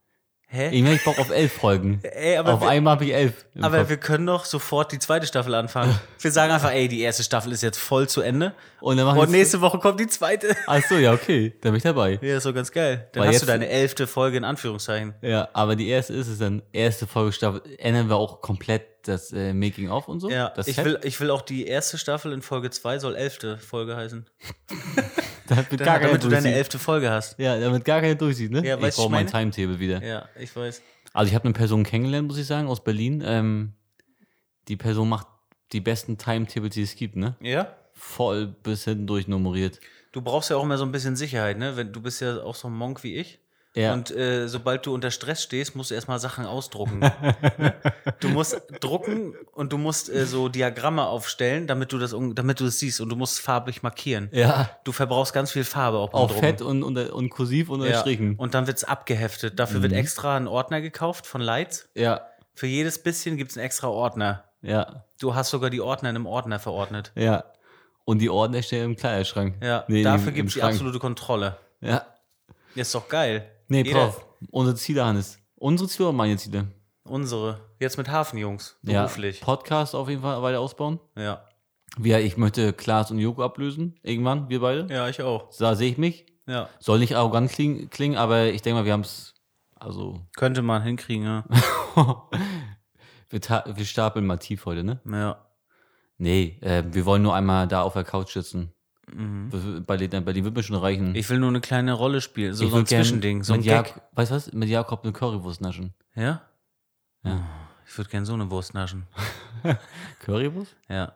Speaker 2: Hä?
Speaker 3: Ich hab Bock auf elf Folgen.
Speaker 2: <laughs> Ey, aber
Speaker 3: auf
Speaker 2: wir-
Speaker 3: einmal habe ich elf. im
Speaker 2: Aber
Speaker 3: Kopf.
Speaker 2: wir können doch sofort die zweite Staffel anfangen. Wir sagen einfach, ey, die erste Staffel ist jetzt voll zu Ende.
Speaker 3: und dann machen
Speaker 2: Und
Speaker 3: wir
Speaker 2: Oh, nächste Woche kommt die zweite.
Speaker 3: Achso, ja, okay. Dann bin ich dabei.
Speaker 2: Ja, ist doch ganz geil. Dann
Speaker 3: Weil
Speaker 2: hast du
Speaker 3: jetzt-
Speaker 2: deine elfte Folge in Anführungszeichen.
Speaker 3: Ja, aber die erste ist es dann. Erste Folge Staffel. Ändern wir auch komplett das äh, Making-of und so?
Speaker 2: Ja,
Speaker 3: das
Speaker 2: ich
Speaker 3: Set? <laughs>
Speaker 2: will, ich will auch die erste Staffel in Folge 2 soll elfte Folge
Speaker 3: <laughs>
Speaker 2: heißen.
Speaker 3: damit,
Speaker 2: Da-
Speaker 3: gar keiner
Speaker 2: damit du deine
Speaker 3: durchsieht.
Speaker 2: elfte Folge hast.
Speaker 3: Ja, damit gar keiner durchsieht, ne?
Speaker 2: Ja,
Speaker 3: ich
Speaker 2: weißt du,
Speaker 3: brauche mein
Speaker 2: ich meine?
Speaker 3: Timetable wieder.
Speaker 2: Ja, ich weiß.
Speaker 3: Also ich habe eine Person kennengelernt, muss ich sagen, aus Berlin. Ähm, die Person macht die besten Timetables, die es gibt, ne?
Speaker 2: Ja?
Speaker 3: Voll bis hinten durchnummeriert.
Speaker 2: Du brauchst ja auch immer so ein bisschen Sicherheit, ne? Wenn, du bist ja auch so ein Monk wie ich.
Speaker 3: Ja.
Speaker 2: Und äh, sobald du unter Stress stehst, musst du erstmal Sachen ausdrucken.
Speaker 3: <laughs>
Speaker 2: ne? Du musst drucken und du musst äh, so Diagramme aufstellen, damit du das un- damit du es siehst und du musst farblich markieren.
Speaker 3: ja.
Speaker 2: Du verbrauchst ganz viel Farbe auch beim
Speaker 3: Auch
Speaker 2: Drucken.
Speaker 3: fett und, und, und kursiv und
Speaker 2: ja.
Speaker 3: unterstrichen.
Speaker 2: Und dann wird es abgeheftet. Dafür
Speaker 3: Mhm.
Speaker 2: wird extra ein Ordner gekauft von Lights.
Speaker 3: Ja.
Speaker 2: Für jedes bisschen gibt es einen extra Ordner.
Speaker 3: ja,
Speaker 2: Du hast sogar die Ordner in einem Ordner verordnet.
Speaker 3: ja, Und die Ordner stehen im Kleiderschrank.
Speaker 2: Ja,
Speaker 3: Nee,
Speaker 2: dafür
Speaker 3: im-
Speaker 2: gibt
Speaker 3: im
Speaker 2: es die
Speaker 3: Schrank.
Speaker 2: absolute Kontrolle.
Speaker 3: Ja.
Speaker 2: Ist doch geil.
Speaker 3: Nee,
Speaker 2: Jeder-
Speaker 3: Prof. Unsere Ziele, Hannes. Unsere Ziele oder meine Ziele?
Speaker 2: Unsere. Jetzt mit Hafenjungs. Beruflich.
Speaker 3: Ja. Podcast auf jeden Fall weiter ausbauen.
Speaker 2: Ja.
Speaker 3: Ja, ich möchte Klaas und Joko ablösen. Irgendwann, wir beide.
Speaker 2: Ja, ich auch.
Speaker 3: Da sehe ich mich.
Speaker 2: Ja.
Speaker 3: Soll nicht arrogant klingen, klingen aber ich denke mal, wir haben es. Also, <laughs>
Speaker 2: Könnte man hinkriegen, ja.
Speaker 3: wir, ta- wir stapeln mal tief heute, ne?
Speaker 2: ja.
Speaker 3: Nee, äh, wir wollen nur einmal da auf der Couch sitzen.
Speaker 2: Mhm.
Speaker 3: Bei, bei den wird mir schon reichen.
Speaker 2: Ich will nur eine kleine Rolle spielen. So, so ein
Speaker 3: würd gern
Speaker 2: Zwischending. So ein
Speaker 3: mit
Speaker 2: Gag.
Speaker 3: Jak weißt du was? Mit Jakob eine Currywurst naschen.
Speaker 2: Ja? Oh,
Speaker 3: Ja.
Speaker 2: Ich würde gerne so eine Wurst naschen.
Speaker 3: Currywurst?
Speaker 2: Ja.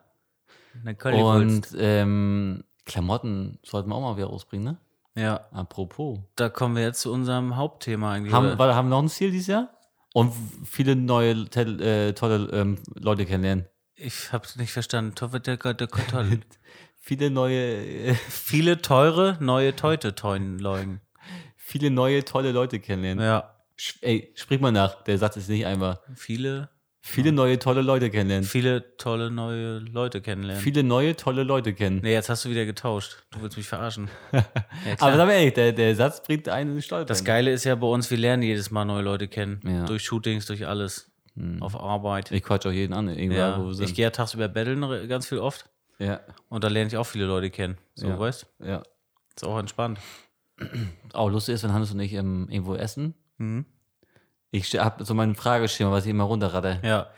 Speaker 2: Eine Currywurst.
Speaker 3: Und ähm, Klamotten sollten wir auch mal wieder rausbringen, ne?
Speaker 2: Ja.
Speaker 3: Apropos.
Speaker 2: Da kommen wir jetzt zu unserem Hauptthema eigentlich.
Speaker 3: Haben,
Speaker 2: oder?
Speaker 3: warte, haben wir noch ein Ziel dieses Jahr? Und viele neue, tel- äh, tolle ähm, Leute
Speaker 2: <laughs>
Speaker 3: kennenlernen.
Speaker 2: ich hab's nicht verstanden. Toffe der Gott, der Gott,
Speaker 3: <laughs>
Speaker 2: toll.
Speaker 3: Viele neue, äh,
Speaker 2: Viele teure neue Teute teulen Leugen.
Speaker 3: viele neue tolle Leute kennenlernen.
Speaker 2: Ja.
Speaker 3: Sch- Ey, sprich mal nach, der Satz ist nicht einfach.
Speaker 2: Viele,
Speaker 3: Viele neue tolle Leute kennenlernen.
Speaker 2: viele tolle neue Leute kennenlernen.
Speaker 3: Viele neue tolle Leute kennen.
Speaker 2: nee, jetzt hast du wieder getauscht. Du willst mich
Speaker 3: <laughs>
Speaker 2: verarschen. Ja, klar.
Speaker 3: Aber sag mal ehrlich, der, der Satz bringt einen in den Stolpern.
Speaker 2: Das Geile ist ja bei uns, wir lernen jedes Mal neue Leute kennen.
Speaker 3: Ja. Hm.
Speaker 2: Durch Shootings, durch alles. Auf Arbeit.
Speaker 3: Ich quatsch auch jeden an, irgendwann, wo
Speaker 2: ja.
Speaker 3: wir sind.
Speaker 2: Ich gehe ja tagsüber betteln re- ganz viel oft.
Speaker 3: ja,
Speaker 2: Und da lerne ich auch viele Leute kennen. So,
Speaker 3: Ja.
Speaker 2: weißt
Speaker 3: ja.
Speaker 2: Ist auch entspannt.
Speaker 3: Auch lustig ist, wenn Hannes und ich ähm, irgendwo essen.
Speaker 2: Mhm.
Speaker 3: Ich habe so mein Frageschema, was ich immer runterratte.
Speaker 2: Ja.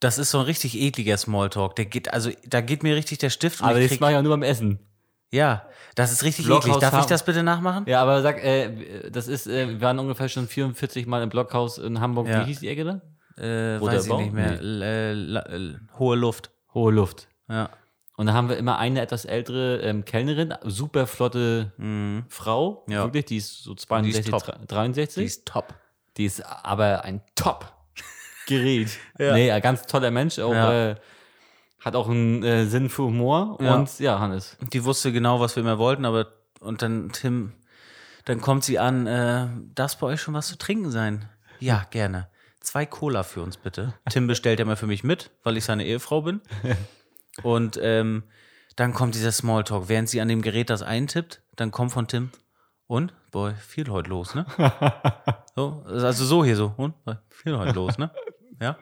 Speaker 2: Das ist so ein richtig ekliger Smalltalk. Der geht, also, da geht mir richtig der Stift und
Speaker 3: Aber
Speaker 2: ich
Speaker 3: das
Speaker 2: krieg,
Speaker 3: mache ich auch nur beim Essen.
Speaker 2: Ja, das ist richtig
Speaker 3: Blockhaus
Speaker 2: eklig. Darf ich
Speaker 3: haben.
Speaker 2: das bitte nachmachen?
Speaker 3: Ja, aber sag, äh, das ist, äh, wir waren ungefähr schon 44 Mal im Blockhaus in Hamburg.
Speaker 2: Ja.
Speaker 3: Wie hieß die Ecke da?
Speaker 2: Äh,
Speaker 3: Roter
Speaker 2: weiß ich
Speaker 3: Bauch?
Speaker 2: nicht mehr.
Speaker 3: Nee.
Speaker 2: L- äh, la- l- hohe Luft.
Speaker 3: Hohe Luft.
Speaker 2: Ja.
Speaker 3: Und da haben wir immer eine etwas ältere ähm, Kellnerin, super flotte Frau,
Speaker 2: Mhm. Ja.
Speaker 3: wirklich, die ist so
Speaker 2: die ist
Speaker 3: 62,
Speaker 2: top.
Speaker 3: 63.
Speaker 2: Die ist top.
Speaker 3: Die ist aber ein Top-Gerät.
Speaker 2: <laughs> Ja.
Speaker 3: Nee, ein ganz toller Mensch, auch,
Speaker 2: Ja.
Speaker 3: äh, hat auch einen äh, Sinn für Humor
Speaker 2: Ja.
Speaker 3: und ja, Hannes.
Speaker 2: Die wusste genau, was wir immer wollten, aber und dann Tim, dann kommt sie an, äh, darf bei euch schon was zu trinken sein? Ja, gerne. Zwei Cola für uns bitte. Tim bestellt ja mal für mich mit, weil ich seine Ehefrau bin. Und ähm, dann kommt dieser Smalltalk. Während sie an dem Gerät das eintippt, dann kommt von Tim, und? Boah, viel heute los, ne? So, also so hier so, und? Boah, Viel heute los, ne? Ja?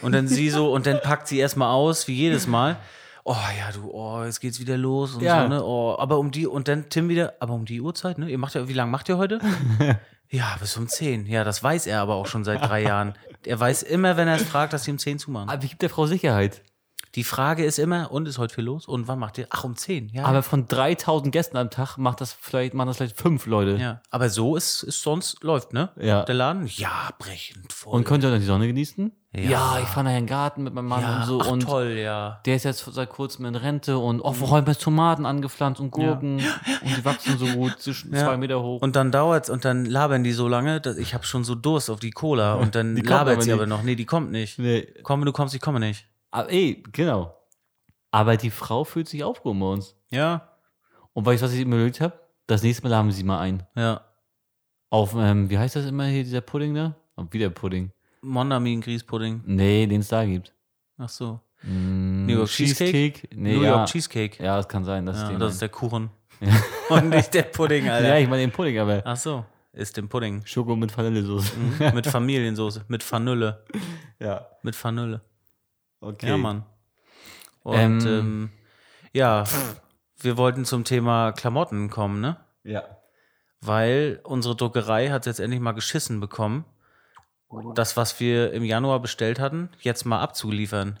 Speaker 2: Und dann sie so, und dann packt sie erstmal aus, wie jedes Mal. Oh ja, du, oh, jetzt geht's wieder los und
Speaker 3: Ja.
Speaker 2: so, ne? Oh, aber um die, und dann Tim wieder, aber um die Uhrzeit, ne? Ihr macht ja, wie lange macht ihr heute? Ja, bis um 10. Ja, das weiß er aber auch schon seit drei Jahren. Er weiß immer, wenn er es fragt, dass sie um 10 zumachen.
Speaker 3: Aber ich gebe der Frau Sicherheit.
Speaker 2: Die Frage ist immer, und ist heute viel los? Und wann macht ihr? Ach, um 10. Ja,
Speaker 3: Aber von 3000 Gästen am Tag macht das vielleicht, machen das vielleicht fünf Leute.
Speaker 2: ja. Aber so ist, ist sonst, läuft, ne?
Speaker 3: Ja.
Speaker 2: Der Laden? Ja, brechend voll.
Speaker 3: Und könnt ihr dann die Sonne genießen?
Speaker 2: Ja.
Speaker 3: ich fahre nachher in den Garten mit meinem Mann
Speaker 2: ja,
Speaker 3: und so.
Speaker 2: ach,
Speaker 3: und
Speaker 2: toll, ja.
Speaker 3: der ist jetzt seit kurzem in Rente und oh,
Speaker 2: Mhm.
Speaker 3: wir haben jetzt Tomaten angepflanzt und Gurken und die wachsen so gut, zwischen zwei Meter hoch.
Speaker 2: Und dann dauert's und dann labern die so lange, dass ich habe schon so Durst auf die
Speaker 3: <laughs>
Speaker 2: Cola und dann
Speaker 3: Die kommt
Speaker 2: labert
Speaker 3: aber
Speaker 2: sie
Speaker 3: nicht.
Speaker 2: aber noch. Nee, die kommt nicht.
Speaker 3: nee.
Speaker 2: Komm, wenn du kommst, ich komme nicht.
Speaker 3: Aber ey, Ah, genau. Aber die Frau fühlt sich aufgehoben bei uns.
Speaker 2: Ja,
Speaker 3: Und weißt du, was ich mir überlegt habe? Das nächste Mal haben sie mal ein.
Speaker 2: ja.
Speaker 3: Auf, ähm, wie heißt das immer hier, dieser Pudding da? Oh, wieder Pudding.
Speaker 2: Mondamin Grießpudding.
Speaker 3: Nee, den es da gibt.
Speaker 2: Ach so.
Speaker 3: Mm,
Speaker 2: New York
Speaker 3: Nee,
Speaker 2: New
Speaker 3: ja.
Speaker 2: York Cheesecake.
Speaker 3: Ja, das kann sein. Das
Speaker 2: Ja,
Speaker 3: ist,
Speaker 2: das ist der Kuchen.
Speaker 3: <laughs> Ja.
Speaker 2: <laughs> Und nicht der Pudding, Alter.
Speaker 3: ja, ich meine den Pudding, aber
Speaker 2: Ach so, ist im Pudding.
Speaker 3: Schoko mit Vanillesoße. <laughs>
Speaker 2: Mhm. mit Familiensoße, mit Vanille,
Speaker 3: Ja,
Speaker 2: mit Vanille.
Speaker 3: okay.
Speaker 2: Ja, Mann. Und ähm,
Speaker 3: Ähm.
Speaker 2: ja, wir wollten zum Thema Klamotten kommen, ne?
Speaker 3: Ja.
Speaker 2: Weil unsere Druckerei hat jetzt endlich mal geschissen bekommen, das, was wir im Januar bestellt hatten, jetzt mal abzuliefern.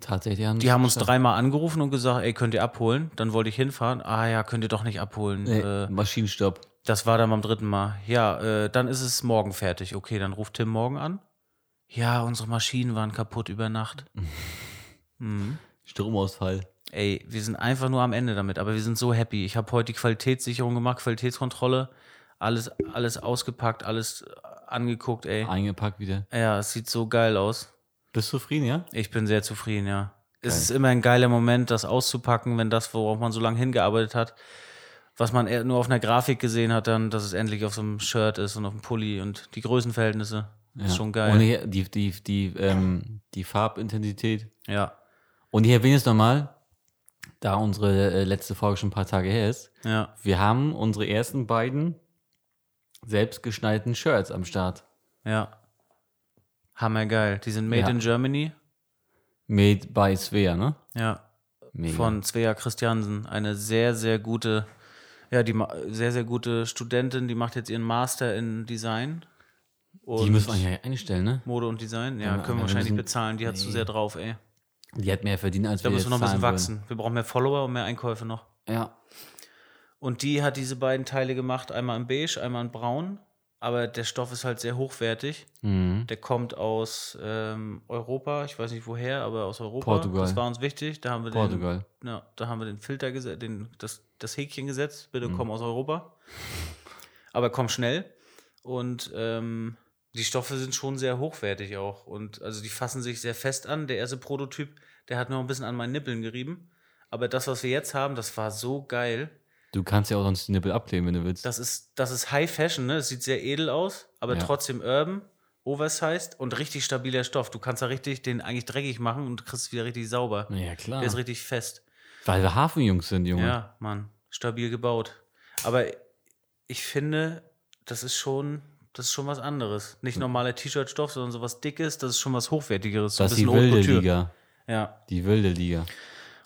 Speaker 3: Tatsächlich haben
Speaker 2: Die haben uns dreimal angerufen und gesagt, ey, könnt ihr abholen? Dann wollte ich hinfahren. Ah ja, könnt ihr doch nicht abholen.
Speaker 3: Nee,
Speaker 2: Äh,
Speaker 3: Maschinenstopp.
Speaker 2: Das war dann beim dritten Mal. Ja, äh, dann ist es morgen fertig. Okay, dann ruft Tim morgen an. Ja, unsere Maschinen waren kaputt über
Speaker 3: <laughs>
Speaker 2: Nacht. mhm.
Speaker 3: Stromausfall.
Speaker 2: Ey, wir sind einfach nur am Ende damit, aber wir sind so happy. Ich habe heute die Qualitätssicherung gemacht, Qualitätskontrolle, alles, alles ausgepackt, alles äh, angeguckt, ey.
Speaker 3: Eingepackt wieder.
Speaker 2: Ja, es sieht so geil aus.
Speaker 3: Bist du zufrieden, ja?
Speaker 2: Ich bin sehr zufrieden, ja. Es
Speaker 3: Geil.
Speaker 2: ist immer ein geiler Moment, das auszupacken, wenn das, worauf man so lange hingearbeitet hat, was man eher nur auf einer Grafik gesehen hat, dann, dass es endlich auf so einem Shirt ist und auf einem Pulli und die Größenverhältnisse.
Speaker 3: ja.
Speaker 2: Ist schon geil.
Speaker 3: Und hier, die, die, die, ähm, die Farbintensität.
Speaker 2: ja,
Speaker 3: Und ich erwähne es nochmal, da unsere äh, letzte Folge schon ein paar Tage her ist.
Speaker 2: ja.
Speaker 3: Wir haben unsere ersten beiden selbstgeschneiderten Shirts am Start.
Speaker 2: Ja. Hammergeil. Die sind made
Speaker 3: Ja.
Speaker 2: in Germany.
Speaker 3: Made by Svea, ne?
Speaker 2: Ja.
Speaker 3: Mega.
Speaker 2: Von Svea Christiansen. Eine sehr, sehr gute, ja, die ma- sehr, sehr gute Studentin, die macht jetzt ihren Master in Design. Und
Speaker 3: die müssen wir eigentlich einstellen, ne?
Speaker 2: Mode und Design, ja,
Speaker 3: Ja,
Speaker 2: können wir
Speaker 3: wir
Speaker 2: wahrscheinlich
Speaker 3: müssen-
Speaker 2: bezahlen. Die hat zu
Speaker 3: Nee.
Speaker 2: sehr drauf, ey.
Speaker 3: Die hat mehr verdient als
Speaker 2: Da
Speaker 3: wir.
Speaker 2: müssen wir noch
Speaker 3: jetzt
Speaker 2: ein bisschen
Speaker 3: zahlen
Speaker 2: wachsen. Wir brauchen mehr Follower und mehr Einkäufe noch.
Speaker 3: Wollen. Ja.
Speaker 2: Und die hat diese beiden Teile gemacht, einmal in beige, einmal in braun. Aber der Stoff ist halt sehr hochwertig.
Speaker 3: Mhm.
Speaker 2: Der kommt aus ähm, Europa, ich weiß nicht woher, aber aus Europa.
Speaker 3: Portugal.
Speaker 2: Das war uns wichtig. Da haben wir
Speaker 3: Portugal.
Speaker 2: Den, ja, da haben wir den Filter gesetzt, den, das, das Häkchen gesetzt. Bitte
Speaker 3: Mhm.
Speaker 2: komm aus Europa. Aber komm schnell. Und ähm, die Stoffe sind schon sehr hochwertig auch. Und also die fassen sich sehr fest an. Der erste Prototyp, der hat noch ein bisschen an meinen Nippeln gerieben. Aber das, was wir jetzt haben, das war so geil.
Speaker 3: Du kannst ja auch sonst die Nippel abkleben, wenn du willst.
Speaker 2: Das ist, das ist High Fashion, ne? Es sieht sehr edel aus, aber
Speaker 3: Ja.
Speaker 2: trotzdem urban, oversized und richtig stabiler Stoff. Du kannst da richtig den eigentlich dreckig machen und kriegst es wieder richtig sauber.
Speaker 3: ja, klar.
Speaker 2: Der ist richtig fest.
Speaker 3: Weil wir Hafenjungs sind, Junge.
Speaker 2: Ja, Mann, stabil gebaut. Aber ich finde, das ist schon, das ist schon was anderes. Nicht
Speaker 3: Hm.
Speaker 2: normaler T-Shirt-Stoff, sondern sowas Dickes, das ist schon was Hochwertigeres. So ein
Speaker 3: Das ist die
Speaker 2: bisschen Haute
Speaker 3: wilde
Speaker 2: Couture.
Speaker 3: Liga.
Speaker 2: Ja.
Speaker 3: Die wilde Liga.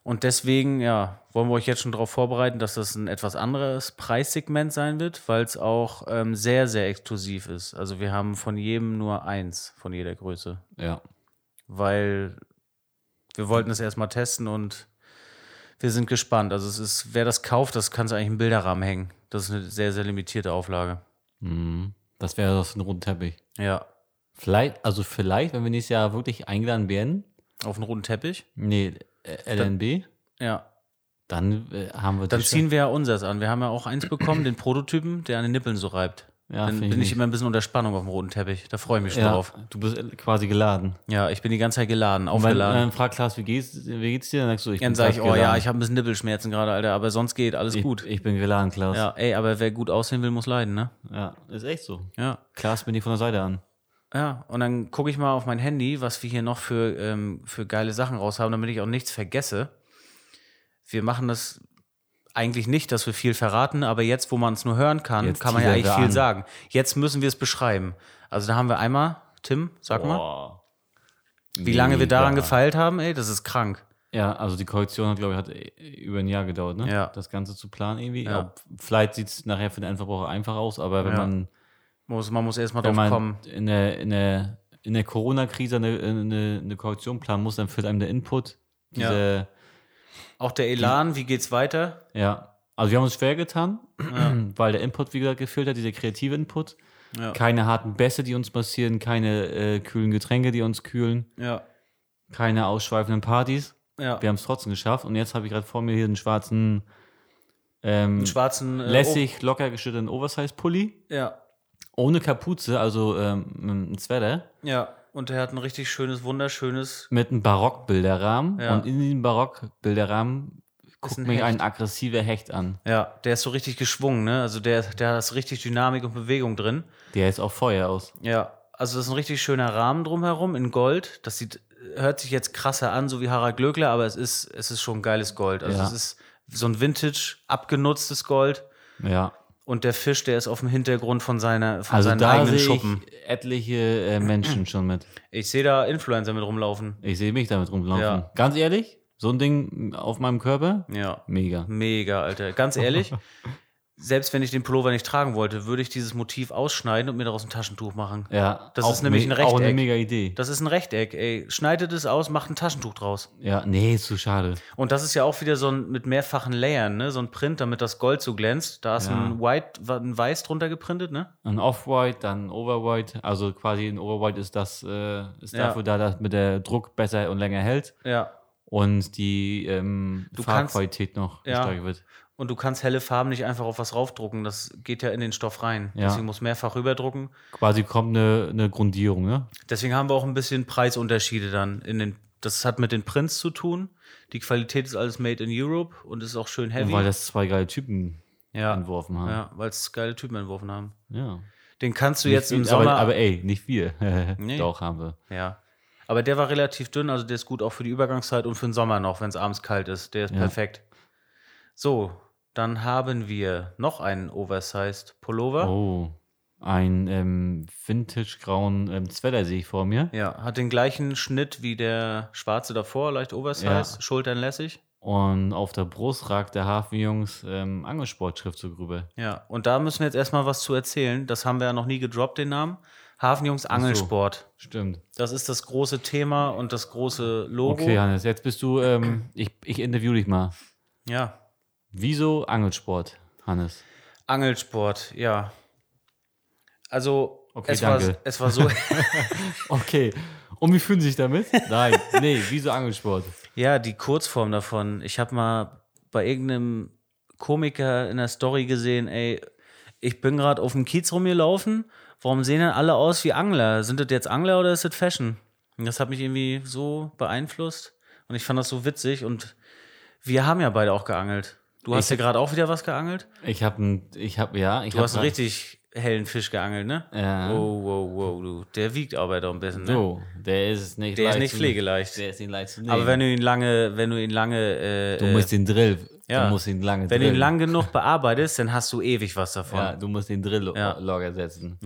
Speaker 2: Und deswegen, ja, wollen wir euch jetzt schon darauf vorbereiten, dass das ein etwas anderes Preissegment sein wird, weil es auch ähm, sehr, sehr exklusiv ist. Also wir haben von jedem nur eins, von jeder Größe,
Speaker 3: Ja.
Speaker 2: weil wir wollten es erstmal testen und wir sind gespannt. Also es ist, wer das kauft, das kann es eigentlich im Bilderrahmen hängen. Das ist eine sehr, sehr limitierte Auflage.
Speaker 3: Mhm. Das wäre doch so ein roten Teppich.
Speaker 2: Ja,
Speaker 3: Vielleicht, also vielleicht, wenn wir nächstes Jahr wirklich eingeladen werden,
Speaker 2: auf einen roten Teppich.
Speaker 3: nee, äh, LNB,
Speaker 2: Ja,
Speaker 3: dann äh, haben wir
Speaker 2: dann
Speaker 3: die
Speaker 2: ziehen wir ja unseres an. Wir haben ja auch eins bekommen, den Prototypen, der an den Nippeln so reibt.
Speaker 3: Ja,
Speaker 2: dann
Speaker 3: find
Speaker 2: bin
Speaker 3: ich
Speaker 2: ich
Speaker 3: nicht.
Speaker 2: immer ein bisschen unter Spannung auf dem roten Teppich. Da freue ich mich schon
Speaker 3: ja,
Speaker 2: drauf.
Speaker 3: Du bist äh, quasi geladen.
Speaker 2: Ja, ich bin die ganze Zeit geladen,
Speaker 3: Und wenn
Speaker 2: aufgeladen.
Speaker 3: dann fragt Klaas, wie geht's, wie geht's dir? Dann sagst du, ich
Speaker 2: dann
Speaker 3: bin
Speaker 2: sage
Speaker 3: grad
Speaker 2: äh, ich, oh ja,
Speaker 3: geladen.
Speaker 2: ich habe ein bisschen Nippelschmerzen gerade, Alter, aber sonst geht alles
Speaker 3: ich,
Speaker 2: gut.
Speaker 3: Ich bin geladen, Klaas.
Speaker 2: ja, ey, aber wer gut aussehen will, muss leiden, ne?
Speaker 3: Ja, ist echt so.
Speaker 2: Ja.
Speaker 3: Klaas bin ich von der Seite an.
Speaker 2: Ja, und dann gucke ich mal auf mein Handy, was wir hier noch für, ähm, für geile Sachen raus haben, damit ich auch nichts vergesse. Wir machen das eigentlich nicht, dass wir viel verraten, aber jetzt, wo man es nur hören kann,
Speaker 3: Jetzt
Speaker 2: kann man ja
Speaker 3: teasern
Speaker 2: eigentlich
Speaker 3: wir
Speaker 2: viel
Speaker 3: an.
Speaker 2: sagen. Jetzt müssen wir es beschreiben. Also da haben wir einmal, Tim, sag mal,
Speaker 3: Boah.
Speaker 2: wie lange wir daran
Speaker 3: Mega.
Speaker 2: gefeilt haben, ey, das ist krank.
Speaker 3: Ja, also die Koalition hat, glaube ich, hat äh, über ein Jahr gedauert, ne?
Speaker 2: Ja.
Speaker 3: Das Ganze zu planen irgendwie.
Speaker 2: Ja.
Speaker 3: Ob- Vielleicht sieht es nachher für den Endverbraucher einfach aus, aber wenn
Speaker 2: Ja.
Speaker 3: man,
Speaker 2: Muss, man muss erst mal
Speaker 3: wenn
Speaker 2: drauf
Speaker 3: man
Speaker 2: kommen.
Speaker 3: in der, in der, in der Corona-Krise eine, eine, eine Koalition planen muss, dann fehlt einem der Input.
Speaker 2: Ja.
Speaker 3: Diese,
Speaker 2: Auch der Elan, wie geht's weiter?
Speaker 3: ja. Also wir haben uns schwer getan, <clears throat> weil der Input, wie gesagt, gefehlt hat, dieser kreative Input.
Speaker 2: Ja.
Speaker 3: Keine harten Bässe, die uns passieren, keine äh, kühlen Getränke, die uns kühlen,
Speaker 2: Ja.
Speaker 3: keine ausschweifenden Partys.
Speaker 2: ja.
Speaker 3: Wir haben es trotzdem geschafft. Und jetzt habe ich gerade vor mir hier einen schwarzen, ähm,
Speaker 2: einen schwarzen. äh,
Speaker 3: lässig, locker geschüttelten Oversize-Pulli.
Speaker 2: Oh, ja.
Speaker 3: Ohne Kapuze, also ähm, ein Sweater.
Speaker 2: Ja. Und er hat ein richtig schönes, wunderschönes.
Speaker 3: mit einem Barockbilderrahmen
Speaker 2: Ja.
Speaker 3: und in diesem Barockbilderrahmen guckt
Speaker 2: ein
Speaker 3: mich
Speaker 2: Hecht.
Speaker 3: ein aggressiver Hecht an.
Speaker 2: Ja, der ist so richtig geschwungen, ne? Also der, der hat das richtig Dynamik und Bewegung drin.
Speaker 3: Der ist auch Feuer aus.
Speaker 2: Ja, also das ist ein richtig schöner Rahmen drumherum in Gold. Das sieht, hört sich jetzt krasser an, so wie Harald Glöckler, aber es ist, es ist schon geiles Gold. Also
Speaker 3: Ja.
Speaker 2: es ist so ein Vintage, abgenutztes Gold.
Speaker 3: Ja.
Speaker 2: Und der Fisch, der ist auf dem Hintergrund von, seiner, von
Speaker 3: Also
Speaker 2: seinen
Speaker 3: da sehe
Speaker 2: eigenen
Speaker 3: ich
Speaker 2: Schuppen.
Speaker 3: etliche
Speaker 2: <clears throat>
Speaker 3: äh, Menschen schon mit.
Speaker 2: Ich, sehe da Influencer mit rumlaufen.
Speaker 3: Ich sehe mich damit rumlaufen.
Speaker 2: Ja.
Speaker 3: Ganz ehrlich, so ein Ding auf meinem Körper,
Speaker 2: Ja.
Speaker 3: mega.
Speaker 2: Mega, Alter. Ganz
Speaker 3: <laughs>
Speaker 2: ehrlich, selbst wenn ich den Pullover nicht tragen wollte, würde ich dieses Motiv ausschneiden und mir daraus ein Taschentuch machen.
Speaker 3: Ja,
Speaker 2: Das
Speaker 3: auch
Speaker 2: ist nämlich
Speaker 3: me-
Speaker 2: ein
Speaker 3: Auch eine
Speaker 2: Rechteck.
Speaker 3: mega Idee.
Speaker 2: Das ist ein Rechteck, ey. Schneidet es aus, macht ein Taschentuch draus.
Speaker 3: ja, nee, ist zu schade.
Speaker 2: Und das ist ja auch wieder so ein mit mehrfachen Layern, ne? So ein Print, damit das Gold so glänzt. Da ist
Speaker 3: Ja.
Speaker 2: ein White, ein Weiß drunter geprintet, ne?
Speaker 3: Ein Off-White, dann ein Overwhite. Also quasi ein Overwhite ist das, äh, ist
Speaker 2: Ja.
Speaker 3: dafür da, dass mit der Druck besser und länger hält
Speaker 2: Ja.
Speaker 3: und die ähm,
Speaker 2: Du kannst-
Speaker 3: Farbqualität noch
Speaker 2: Ja.
Speaker 3: gesteigert wird.
Speaker 2: Und du kannst helle Farben nicht einfach auf was raufdrucken. Das geht ja in den Stoff rein.
Speaker 3: Ja.
Speaker 2: Deswegen muss mehrfach rüberdrucken.
Speaker 3: Quasi kommt eine, eine Grundierung, ne?
Speaker 2: Deswegen haben wir auch ein bisschen Preisunterschiede dann in den. Das hat mit den Prints zu tun. Die Qualität ist alles made in Europe und ist auch schön heavy.
Speaker 3: Und weil das zwei geile Typen
Speaker 2: ja,
Speaker 3: entworfen haben.
Speaker 2: ja, weil es geile Typen entworfen haben.
Speaker 3: Ja.
Speaker 2: Den kannst du
Speaker 3: Nicht
Speaker 2: jetzt im
Speaker 3: wir,
Speaker 2: Sommer.
Speaker 3: Aber, aber ey, nicht wir. <laughs>
Speaker 2: Nee.
Speaker 3: Doch, haben wir.
Speaker 2: ja. Aber der war relativ dünn, also der ist gut auch für die Übergangszeit und für den Sommer noch, wenn es abends kalt ist. Der ist
Speaker 3: Ja.
Speaker 2: perfekt. So, dann haben wir noch einen Oversized Pullover.
Speaker 3: Oh. Ein ähm, vintage-grauen ähm, Zweller sehe ich vor mir.
Speaker 2: Ja, hat den gleichen Schnitt wie der schwarze davor, leicht oversized,
Speaker 3: Ja.
Speaker 2: Schultern lässig.
Speaker 3: Und auf der Brust ragt der Hafenjungs ähm, Angelsportschriftzug rüber.
Speaker 2: Ja, und da müssen wir jetzt erstmal was zu erzählen. Das haben wir ja noch nie gedroppt, den Namen. Hafenjungs Angelsport.
Speaker 3: Stimmt.
Speaker 2: Das ist das große Thema und das große Logo.
Speaker 3: Okay, Hannes, jetzt bist du, ähm, ich, ich interview dich mal.
Speaker 2: Ja,
Speaker 3: Wieso Angelsport, Hannes?
Speaker 2: Angelsport, ja. Also,
Speaker 3: Okay,
Speaker 2: es, War,
Speaker 3: danke.
Speaker 2: es war
Speaker 3: <laughs>
Speaker 2: so.
Speaker 3: Okay. Und wie fühlen Sie sich damit? Nein, nee, wieso Angelsport?
Speaker 2: ja, die Kurzform davon. Ich habe mal bei irgendeinem Komiker in der Story gesehen, ey, ich bin gerade auf dem Kiez rumgelaufen. Warum sehen denn alle aus wie Angler? Sind das jetzt Angler oder ist das Fashion? Und das hat mich irgendwie so beeinflusst. Und ich fand das so witzig. Und wir haben ja beide auch geangelt. Du hast ja gerade auch wieder was geangelt.
Speaker 3: Ich habe ein, ich habe, ja, ich
Speaker 2: Du hast einen richtig hellen Fisch geangelt, ne?
Speaker 3: Ja.
Speaker 2: Wow, wow, wow, du. Der wiegt aber doch ein bisschen, ne?
Speaker 3: So, der ist nicht
Speaker 2: Der ist
Speaker 3: leicht
Speaker 2: nicht
Speaker 3: zu-
Speaker 2: pflegeleicht.
Speaker 3: Der ist nicht leicht zu nehmen.
Speaker 2: Aber wenn du ihn lange, wenn du ihn lange, äh,
Speaker 3: Du musst den Drill.
Speaker 2: ja.
Speaker 3: Du musst ihn lange
Speaker 2: wenn du ihn
Speaker 3: drillen.
Speaker 2: lang genug bearbeitest, dann hast du ewig was davon.
Speaker 3: Ja,
Speaker 2: Ja.
Speaker 3: du musst den Drill lo-
Speaker 2: Ja.
Speaker 3: locker setzen.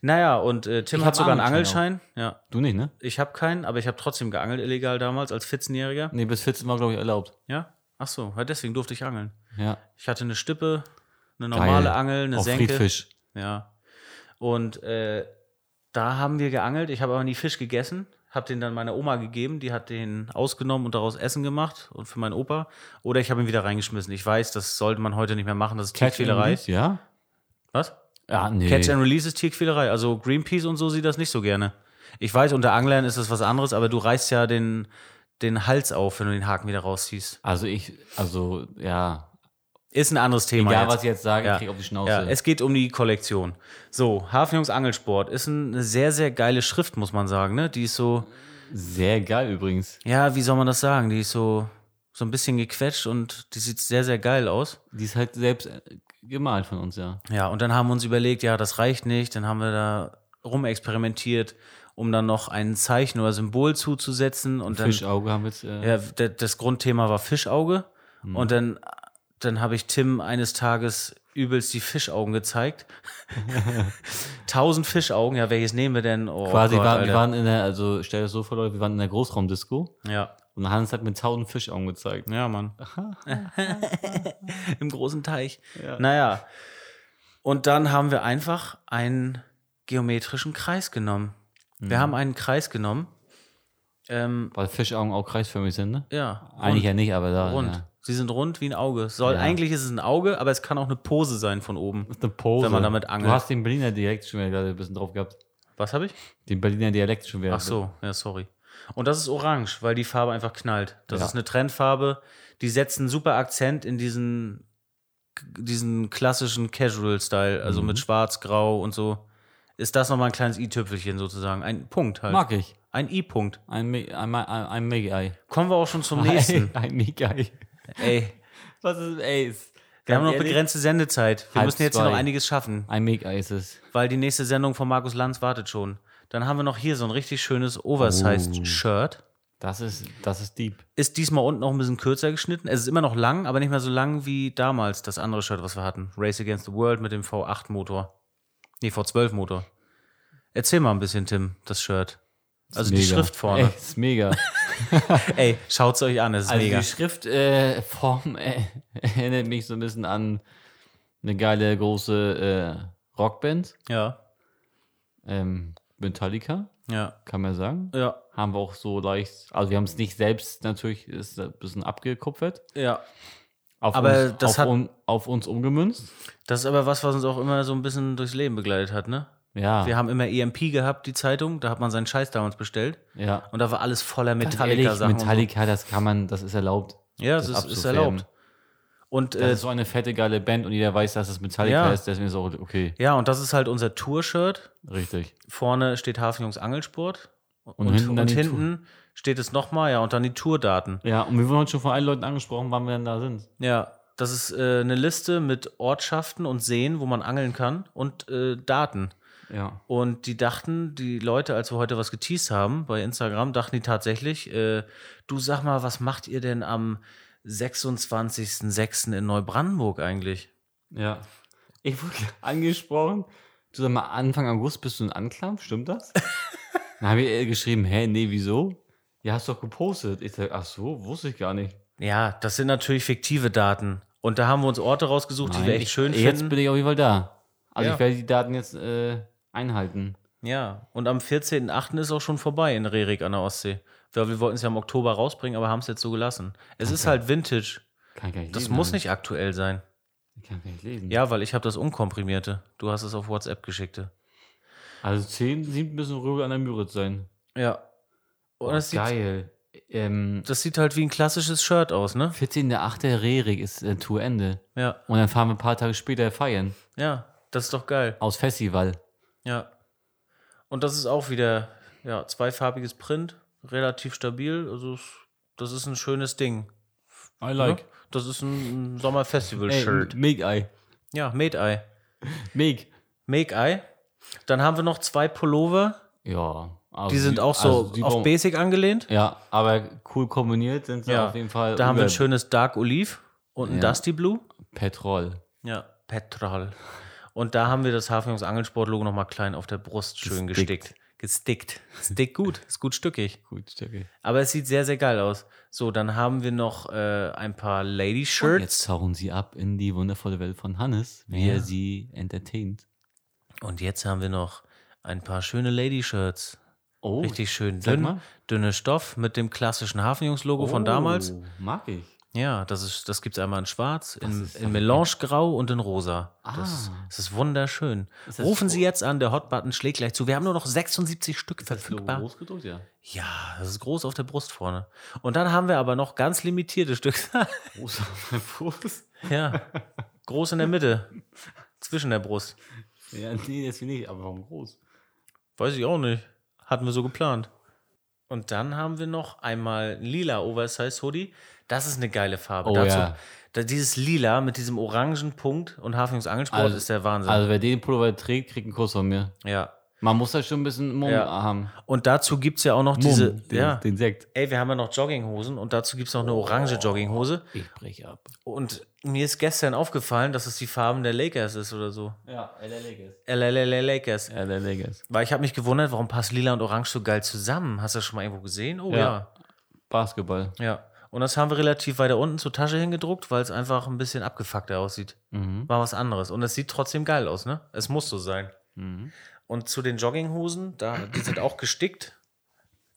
Speaker 2: Naja, und äh, Tim
Speaker 3: Ich
Speaker 2: hat
Speaker 3: hab
Speaker 2: sogar einen
Speaker 3: Angelschein
Speaker 2: Angelschein. Ja.
Speaker 3: Du nicht, ne?
Speaker 2: Ich habe keinen, aber ich habe trotzdem geangelt illegal damals als 14-Jähriger.
Speaker 3: Nee, bis 14 war, glaube ich, erlaubt.
Speaker 2: Ja. Ach so, ja, deswegen durfte ich angeln.
Speaker 3: Ja.
Speaker 2: Ich hatte eine Stippe, eine normale
Speaker 3: Geil.
Speaker 2: Angel, eine
Speaker 3: Auf
Speaker 2: Senke.
Speaker 3: Friedfisch.
Speaker 2: Ja. Und äh, da haben wir geangelt. Ich habe aber nie Fisch gegessen. Habe den dann meiner Oma gegeben. Die hat den ausgenommen und daraus Essen gemacht. Und für meinen Opa. Oder ich habe ihn wieder reingeschmissen. Ich weiß, das sollte man heute nicht mehr machen. Das ist
Speaker 3: Catch and
Speaker 2: Tierquälerei.
Speaker 3: Release, Ja?
Speaker 2: Was?
Speaker 3: Ja, nee.
Speaker 2: Catch and Release ist Tierquälerei. Also Greenpeace und so sieht das nicht so gerne. Ich weiß, unter Anglern ist das was anderes, aber du reißt ja den, den Hals auf, wenn du den Haken wieder rausziehst.
Speaker 3: also ich, also ja.
Speaker 2: Ist ein anderes Thema.
Speaker 3: Egal,
Speaker 2: jetzt.
Speaker 3: was ich jetzt sage,
Speaker 2: Ja.
Speaker 3: ich krieg auf die Schnauze.
Speaker 2: Ja, es geht um die Kollektion. So, Hafenjungs Angelsport ist eine sehr, sehr geile Schrift, muss man sagen. Ne? Die ist so,
Speaker 3: Sehr geil übrigens.
Speaker 2: ja, wie soll man das sagen? Die ist so, so ein bisschen gequetscht und die sieht sehr, sehr geil aus.
Speaker 3: Die ist halt selbst äh, gemalt von uns, ja.
Speaker 2: Ja, und dann haben wir uns überlegt, ja, das reicht nicht. Dann haben wir da rumexperimentiert, um dann noch ein Zeichen oder Symbol zuzusetzen. Und dann,
Speaker 3: Fischauge haben wir jetzt. Äh,
Speaker 2: Ja, d- das Grundthema war Fischauge.
Speaker 3: Mhm.
Speaker 2: Und dann, dann habe ich Tim eines Tages übelst die Fischaugen gezeigt.
Speaker 3: <laughs>
Speaker 2: Tausend Fischaugen, ja, welches nehmen wir denn? Oh
Speaker 3: Quasi,
Speaker 2: Gott,
Speaker 3: waren, wir
Speaker 2: Alter.
Speaker 3: waren in der, also stell dir das so vor, Leute, wir waren in der Großraumdisco
Speaker 2: Ja,
Speaker 3: und Hans hat mir 1000 Fischaugen gezeigt.
Speaker 2: ja,
Speaker 3: <laughs>
Speaker 2: Mann. <laughs> Im großen Teich.
Speaker 3: Ja.
Speaker 2: Naja. Und dann haben wir einfach einen geometrischen Kreis genommen.
Speaker 3: Mhm.
Speaker 2: Wir haben einen Kreis genommen. Ähm,
Speaker 3: Weil Fischaugen auch kreisförmig sind, ne?
Speaker 2: ja.
Speaker 3: Eigentlich ja nicht, aber da.
Speaker 2: Rund.
Speaker 3: Ja.
Speaker 2: Sie sind rund wie ein Auge. Soll,
Speaker 3: Ja.
Speaker 2: Eigentlich ist es ein Auge, aber es kann auch eine Pose sein von oben.
Speaker 3: Eine Pose.
Speaker 2: Wenn man damit angelt.
Speaker 3: Du hast den Berliner Dialekt schon wieder gerade ein bisschen drauf gehabt.
Speaker 2: Was habe ich?
Speaker 3: Den Berliner Dialekt schon wieder.
Speaker 2: Ach so, ja, sorry. Und das ist orange, weil die Farbe einfach knallt. Das
Speaker 3: Ja.
Speaker 2: ist eine Trendfarbe. Die setzt einen super Akzent in
Speaker 3: Mhm.
Speaker 2: diesen, diesen klassischen Casual-Style, also mit Schwarz, Grau und so. ist das nochmal ein kleines i-Tüpfelchen sozusagen. Ein Punkt halt.
Speaker 3: Mag ich.
Speaker 2: Ein i-Punkt.
Speaker 3: Ein, Me- ein, Ma- ein, ein Mega-Ei.
Speaker 2: Kommen wir auch schon zum
Speaker 3: Ein, <laughs>
Speaker 2: nächsten.
Speaker 3: ein Mega-Ei.
Speaker 2: Ey,
Speaker 3: Was ist Ei? Ist-
Speaker 2: wir haben noch
Speaker 3: Ganz ehrlich,
Speaker 2: begrenzte Sendezeit. Wir
Speaker 3: Halb
Speaker 2: müssen jetzt hier
Speaker 3: zwei.
Speaker 2: noch einiges schaffen,
Speaker 3: Ein Mega-Ei ist es.
Speaker 2: weil die nächste Sendung von Markus Lanz wartet schon. Dann haben wir noch hier so ein richtig schönes
Speaker 3: Oh.
Speaker 2: Oversized-Shirt.
Speaker 3: Das ist, das ist deep.
Speaker 2: Ist diesmal unten auch ein bisschen kürzer geschnitten. Es ist immer noch lang, aber nicht mehr so lang wie damals das andere Shirt, was wir hatten. Race Against the World mit dem V8-Motor. Nee, V12-Motor. Erzähl mal ein bisschen, Tim, das Shirt. Also die
Speaker 3: Mega.
Speaker 2: Schrift vorne.
Speaker 3: Ey, ist <laughs> mega.
Speaker 2: Ey, schaut's euch an, es ist
Speaker 3: Also
Speaker 2: mega.
Speaker 3: die Schriftform äh, <laughs> erinnert mich so ein bisschen an eine geile große äh, Rockband.
Speaker 2: Ja,
Speaker 3: Ähm, Metallica,
Speaker 2: ja,
Speaker 3: kann man sagen.
Speaker 2: ja,
Speaker 3: Haben wir auch so leicht, also wir haben es nicht selbst natürlich, ist ein bisschen abgekupfert.
Speaker 2: ja.
Speaker 3: Auf
Speaker 2: Aber
Speaker 3: uns,
Speaker 2: das
Speaker 3: auf,
Speaker 2: hat-
Speaker 3: un, auf uns umgemünzt.
Speaker 2: Das ist aber was, was uns auch immer so ein bisschen durchs Leben begleitet hat, ne?
Speaker 3: Ja,
Speaker 2: Wir haben immer EMP gehabt, die Zeitung, da hat man seinen Scheiß damals bestellt.
Speaker 3: ja.
Speaker 2: Und da war alles voller
Speaker 3: Ganz ehrlich,
Speaker 2: Metallica-Sachen. und
Speaker 3: Metallica, das kann man, das ist erlaubt.
Speaker 2: So. Ja, das
Speaker 3: das
Speaker 2: ist, ist
Speaker 3: abzufärben.
Speaker 2: erlaubt. Und
Speaker 3: Das
Speaker 2: äh,
Speaker 3: ist so eine fette, geile Band und jeder weiß, dass es Metallica
Speaker 2: Ja.
Speaker 3: ist, deswegen ist es auch okay,
Speaker 2: ja, und das ist halt unser Tour-Shirt.
Speaker 3: richtig.
Speaker 2: Vorne steht Hafenjungs Angelsport. Und,
Speaker 3: hinten
Speaker 2: hinten,
Speaker 3: dann
Speaker 2: und
Speaker 3: die
Speaker 2: hinten steht es nochmal, ja, und dann die Tourdaten.
Speaker 3: Ja, und wir wurden heute schon von allen Leuten angesprochen, wann wir denn da sind.
Speaker 2: Ja, das ist äh, eine Liste mit Ortschaften und Seen, wo man angeln kann und äh, Daten.
Speaker 3: Ja.
Speaker 2: Und die dachten, die Leute, als wir heute was geteased haben bei Instagram, dachten die tatsächlich, äh, du sag mal, was macht ihr denn am 26.06. in Neubrandenburg eigentlich?
Speaker 3: Ja. Ich wurde <laughs> angesprochen. Du sag mal, Anfang August bist du in Anklam,
Speaker 2: <laughs>
Speaker 3: stimmt das? Dann habe ich ihr geschrieben, hä, nee, wieso? Ja, hast doch gepostet. Ich sag, ach so, wusste ich gar nicht.
Speaker 2: Ja, das sind natürlich fiktive Daten. Und da haben wir uns Orte rausgesucht, Oh, die wir echt
Speaker 3: ich,
Speaker 2: schön
Speaker 3: jetzt
Speaker 2: finden.
Speaker 3: bin ich auf jeden Fall da. Also
Speaker 2: Ja.
Speaker 3: ich werde die Daten jetzt äh, einhalten.
Speaker 2: Ja, und am 14.08. ist auch schon vorbei in Rerik an der Ostsee. Wir, wir wollten es ja im Oktober rausbringen, aber haben es jetzt so gelassen. Es ist halt Vintage.
Speaker 3: Kann ich gar nicht
Speaker 2: Das
Speaker 3: lesen,
Speaker 2: muss
Speaker 3: Alter.
Speaker 2: nicht aktuell sein.
Speaker 3: Kann ich gar nicht lesen.
Speaker 2: Ja, weil ich habe das Unkomprimierte. Du hast es auf WhatsApp geschickte.
Speaker 3: Also 10, 7 müssen rüber an der Müritz sein. Oh,
Speaker 2: Ja. Und Oh, das, sieht,
Speaker 3: Geil. Ähm,
Speaker 2: das sieht halt wie ein klassisches Shirt aus, ne?
Speaker 3: 14.8. Rerik ist äh, Tourende.
Speaker 2: Ja,
Speaker 3: Und dann fahren wir ein paar Tage später feiern.
Speaker 2: ja, das ist doch geil.
Speaker 3: Aus Festival.
Speaker 2: Ja. Und das ist auch wieder, ja, zweifarbiges Print, relativ stabil. Also, es- das ist ein schönes Ding.
Speaker 3: I
Speaker 2: Ne? Das ist ein ein Sommerfestival-Shirt.
Speaker 3: Meg Ei.
Speaker 2: Ja, Made-Eye.
Speaker 3: Meg.
Speaker 2: Make-Eye. Dann haben wir noch zwei Pullover.
Speaker 3: Ja. also
Speaker 2: Die sind auch so
Speaker 3: also die
Speaker 2: auf
Speaker 3: brauchen-
Speaker 2: Basic angelehnt.
Speaker 3: Ja, aber cool kombiniert sind sie
Speaker 2: Ja,
Speaker 3: auf jeden Fall.
Speaker 2: Da haben wir ein
Speaker 3: über-
Speaker 2: schönes Dark Olive und ein
Speaker 3: Ja.
Speaker 2: Dusty Blue.
Speaker 3: Petrol.
Speaker 2: Ja, Petrol. Und da haben wir das Hafenjungs Angelsport-Logo nochmal klein auf der Brust schön
Speaker 3: Gestickt.
Speaker 2: gestickt. Gestickt. Stick gut, ist gut stückig.
Speaker 3: Gut, Stärke.
Speaker 2: Aber es sieht sehr, sehr geil aus. So, dann haben wir noch äh, ein paar
Speaker 3: Jetzt
Speaker 2: Lady-Shirts.
Speaker 3: tauchen sie ab in die wundervolle Welt von Hannes, wie er
Speaker 2: Ja.
Speaker 3: sie entertaint.
Speaker 2: Und, jetzt haben wir noch ein paar schöne Lady-Shirts.
Speaker 3: Oh,
Speaker 2: Richtig schön
Speaker 3: sag
Speaker 2: dünn,
Speaker 3: mal.
Speaker 2: dünne Stoff mit dem klassischen Hafenjungs-Logo von
Speaker 3: Oh,
Speaker 2: damals.
Speaker 3: Mag ich.
Speaker 2: Ja, das, ist, das gibt es einmal in Schwarz, in,
Speaker 3: ist doch
Speaker 2: in Melange-Grau und in Rosa. Das, ist,
Speaker 3: Ah.
Speaker 2: das ist wunderschön.
Speaker 3: Ist das
Speaker 2: Rufen Sie
Speaker 3: so-
Speaker 2: jetzt an, der Hotbutton schlägt gleich zu. Wir haben nur noch 76 Stück verfügbar.
Speaker 3: Groß gedruckt, ja.
Speaker 2: ja, das ist groß auf der Brust vorne. Und dann haben wir aber noch ganz limitierte Stück.
Speaker 3: Groß auf meinem Fuß.
Speaker 2: ja, groß in der Mitte, zwischen der Brust.
Speaker 3: Ja, nee, das finde ich, aber warum groß?
Speaker 2: Weiß ich auch nicht. Hatten wir so geplant. Und dann haben wir noch einmal lila Oversize Hoodie. Das ist eine geile Farbe.
Speaker 3: Oh,
Speaker 2: Dazu,
Speaker 3: ja.
Speaker 2: da, dieses lila mit diesem orangen Punkt und Hafenjungs Angelsport
Speaker 3: Also-
Speaker 2: ist der Wahnsinn.
Speaker 3: Also wer den Pullover trägt, kriegt einen Kuss von mir.
Speaker 2: ja.
Speaker 3: Man muss da schon ein bisschen Mumm
Speaker 2: Ja.
Speaker 3: haben.
Speaker 2: Und dazu gibt es ja auch noch diese.
Speaker 3: den,
Speaker 2: ja.
Speaker 3: den Oh. Sekt.
Speaker 2: Ey, wir haben ja noch Jogginghosen und dazu gibt es noch eine orange Jogginghose.
Speaker 3: Ich brech ab.
Speaker 2: Und mir ist gestern aufgefallen, dass es die Farben der Lakers ist oder so. Äh,
Speaker 3: Ja, LA Lakers.
Speaker 2: LLL Lakers.
Speaker 3: LA Lakers.
Speaker 2: Weil ich habe mich gewundert, warum passt lila und orange so geil zusammen. Hast du das schon mal irgendwo gesehen? Oh
Speaker 3: Ja.
Speaker 2: ja.
Speaker 3: Basketball.
Speaker 2: Ja. Und das haben wir relativ weiter unten zur Tasche hingedruckt, weil es einfach ein bisschen abgefuckter aussieht.
Speaker 3: Mhm.
Speaker 2: War was anderes. Und es sieht trotzdem geil aus, ne? Es muss so sein.
Speaker 3: Mhm.
Speaker 2: Und zu den Jogginghosen, da, die sind auch gestickt.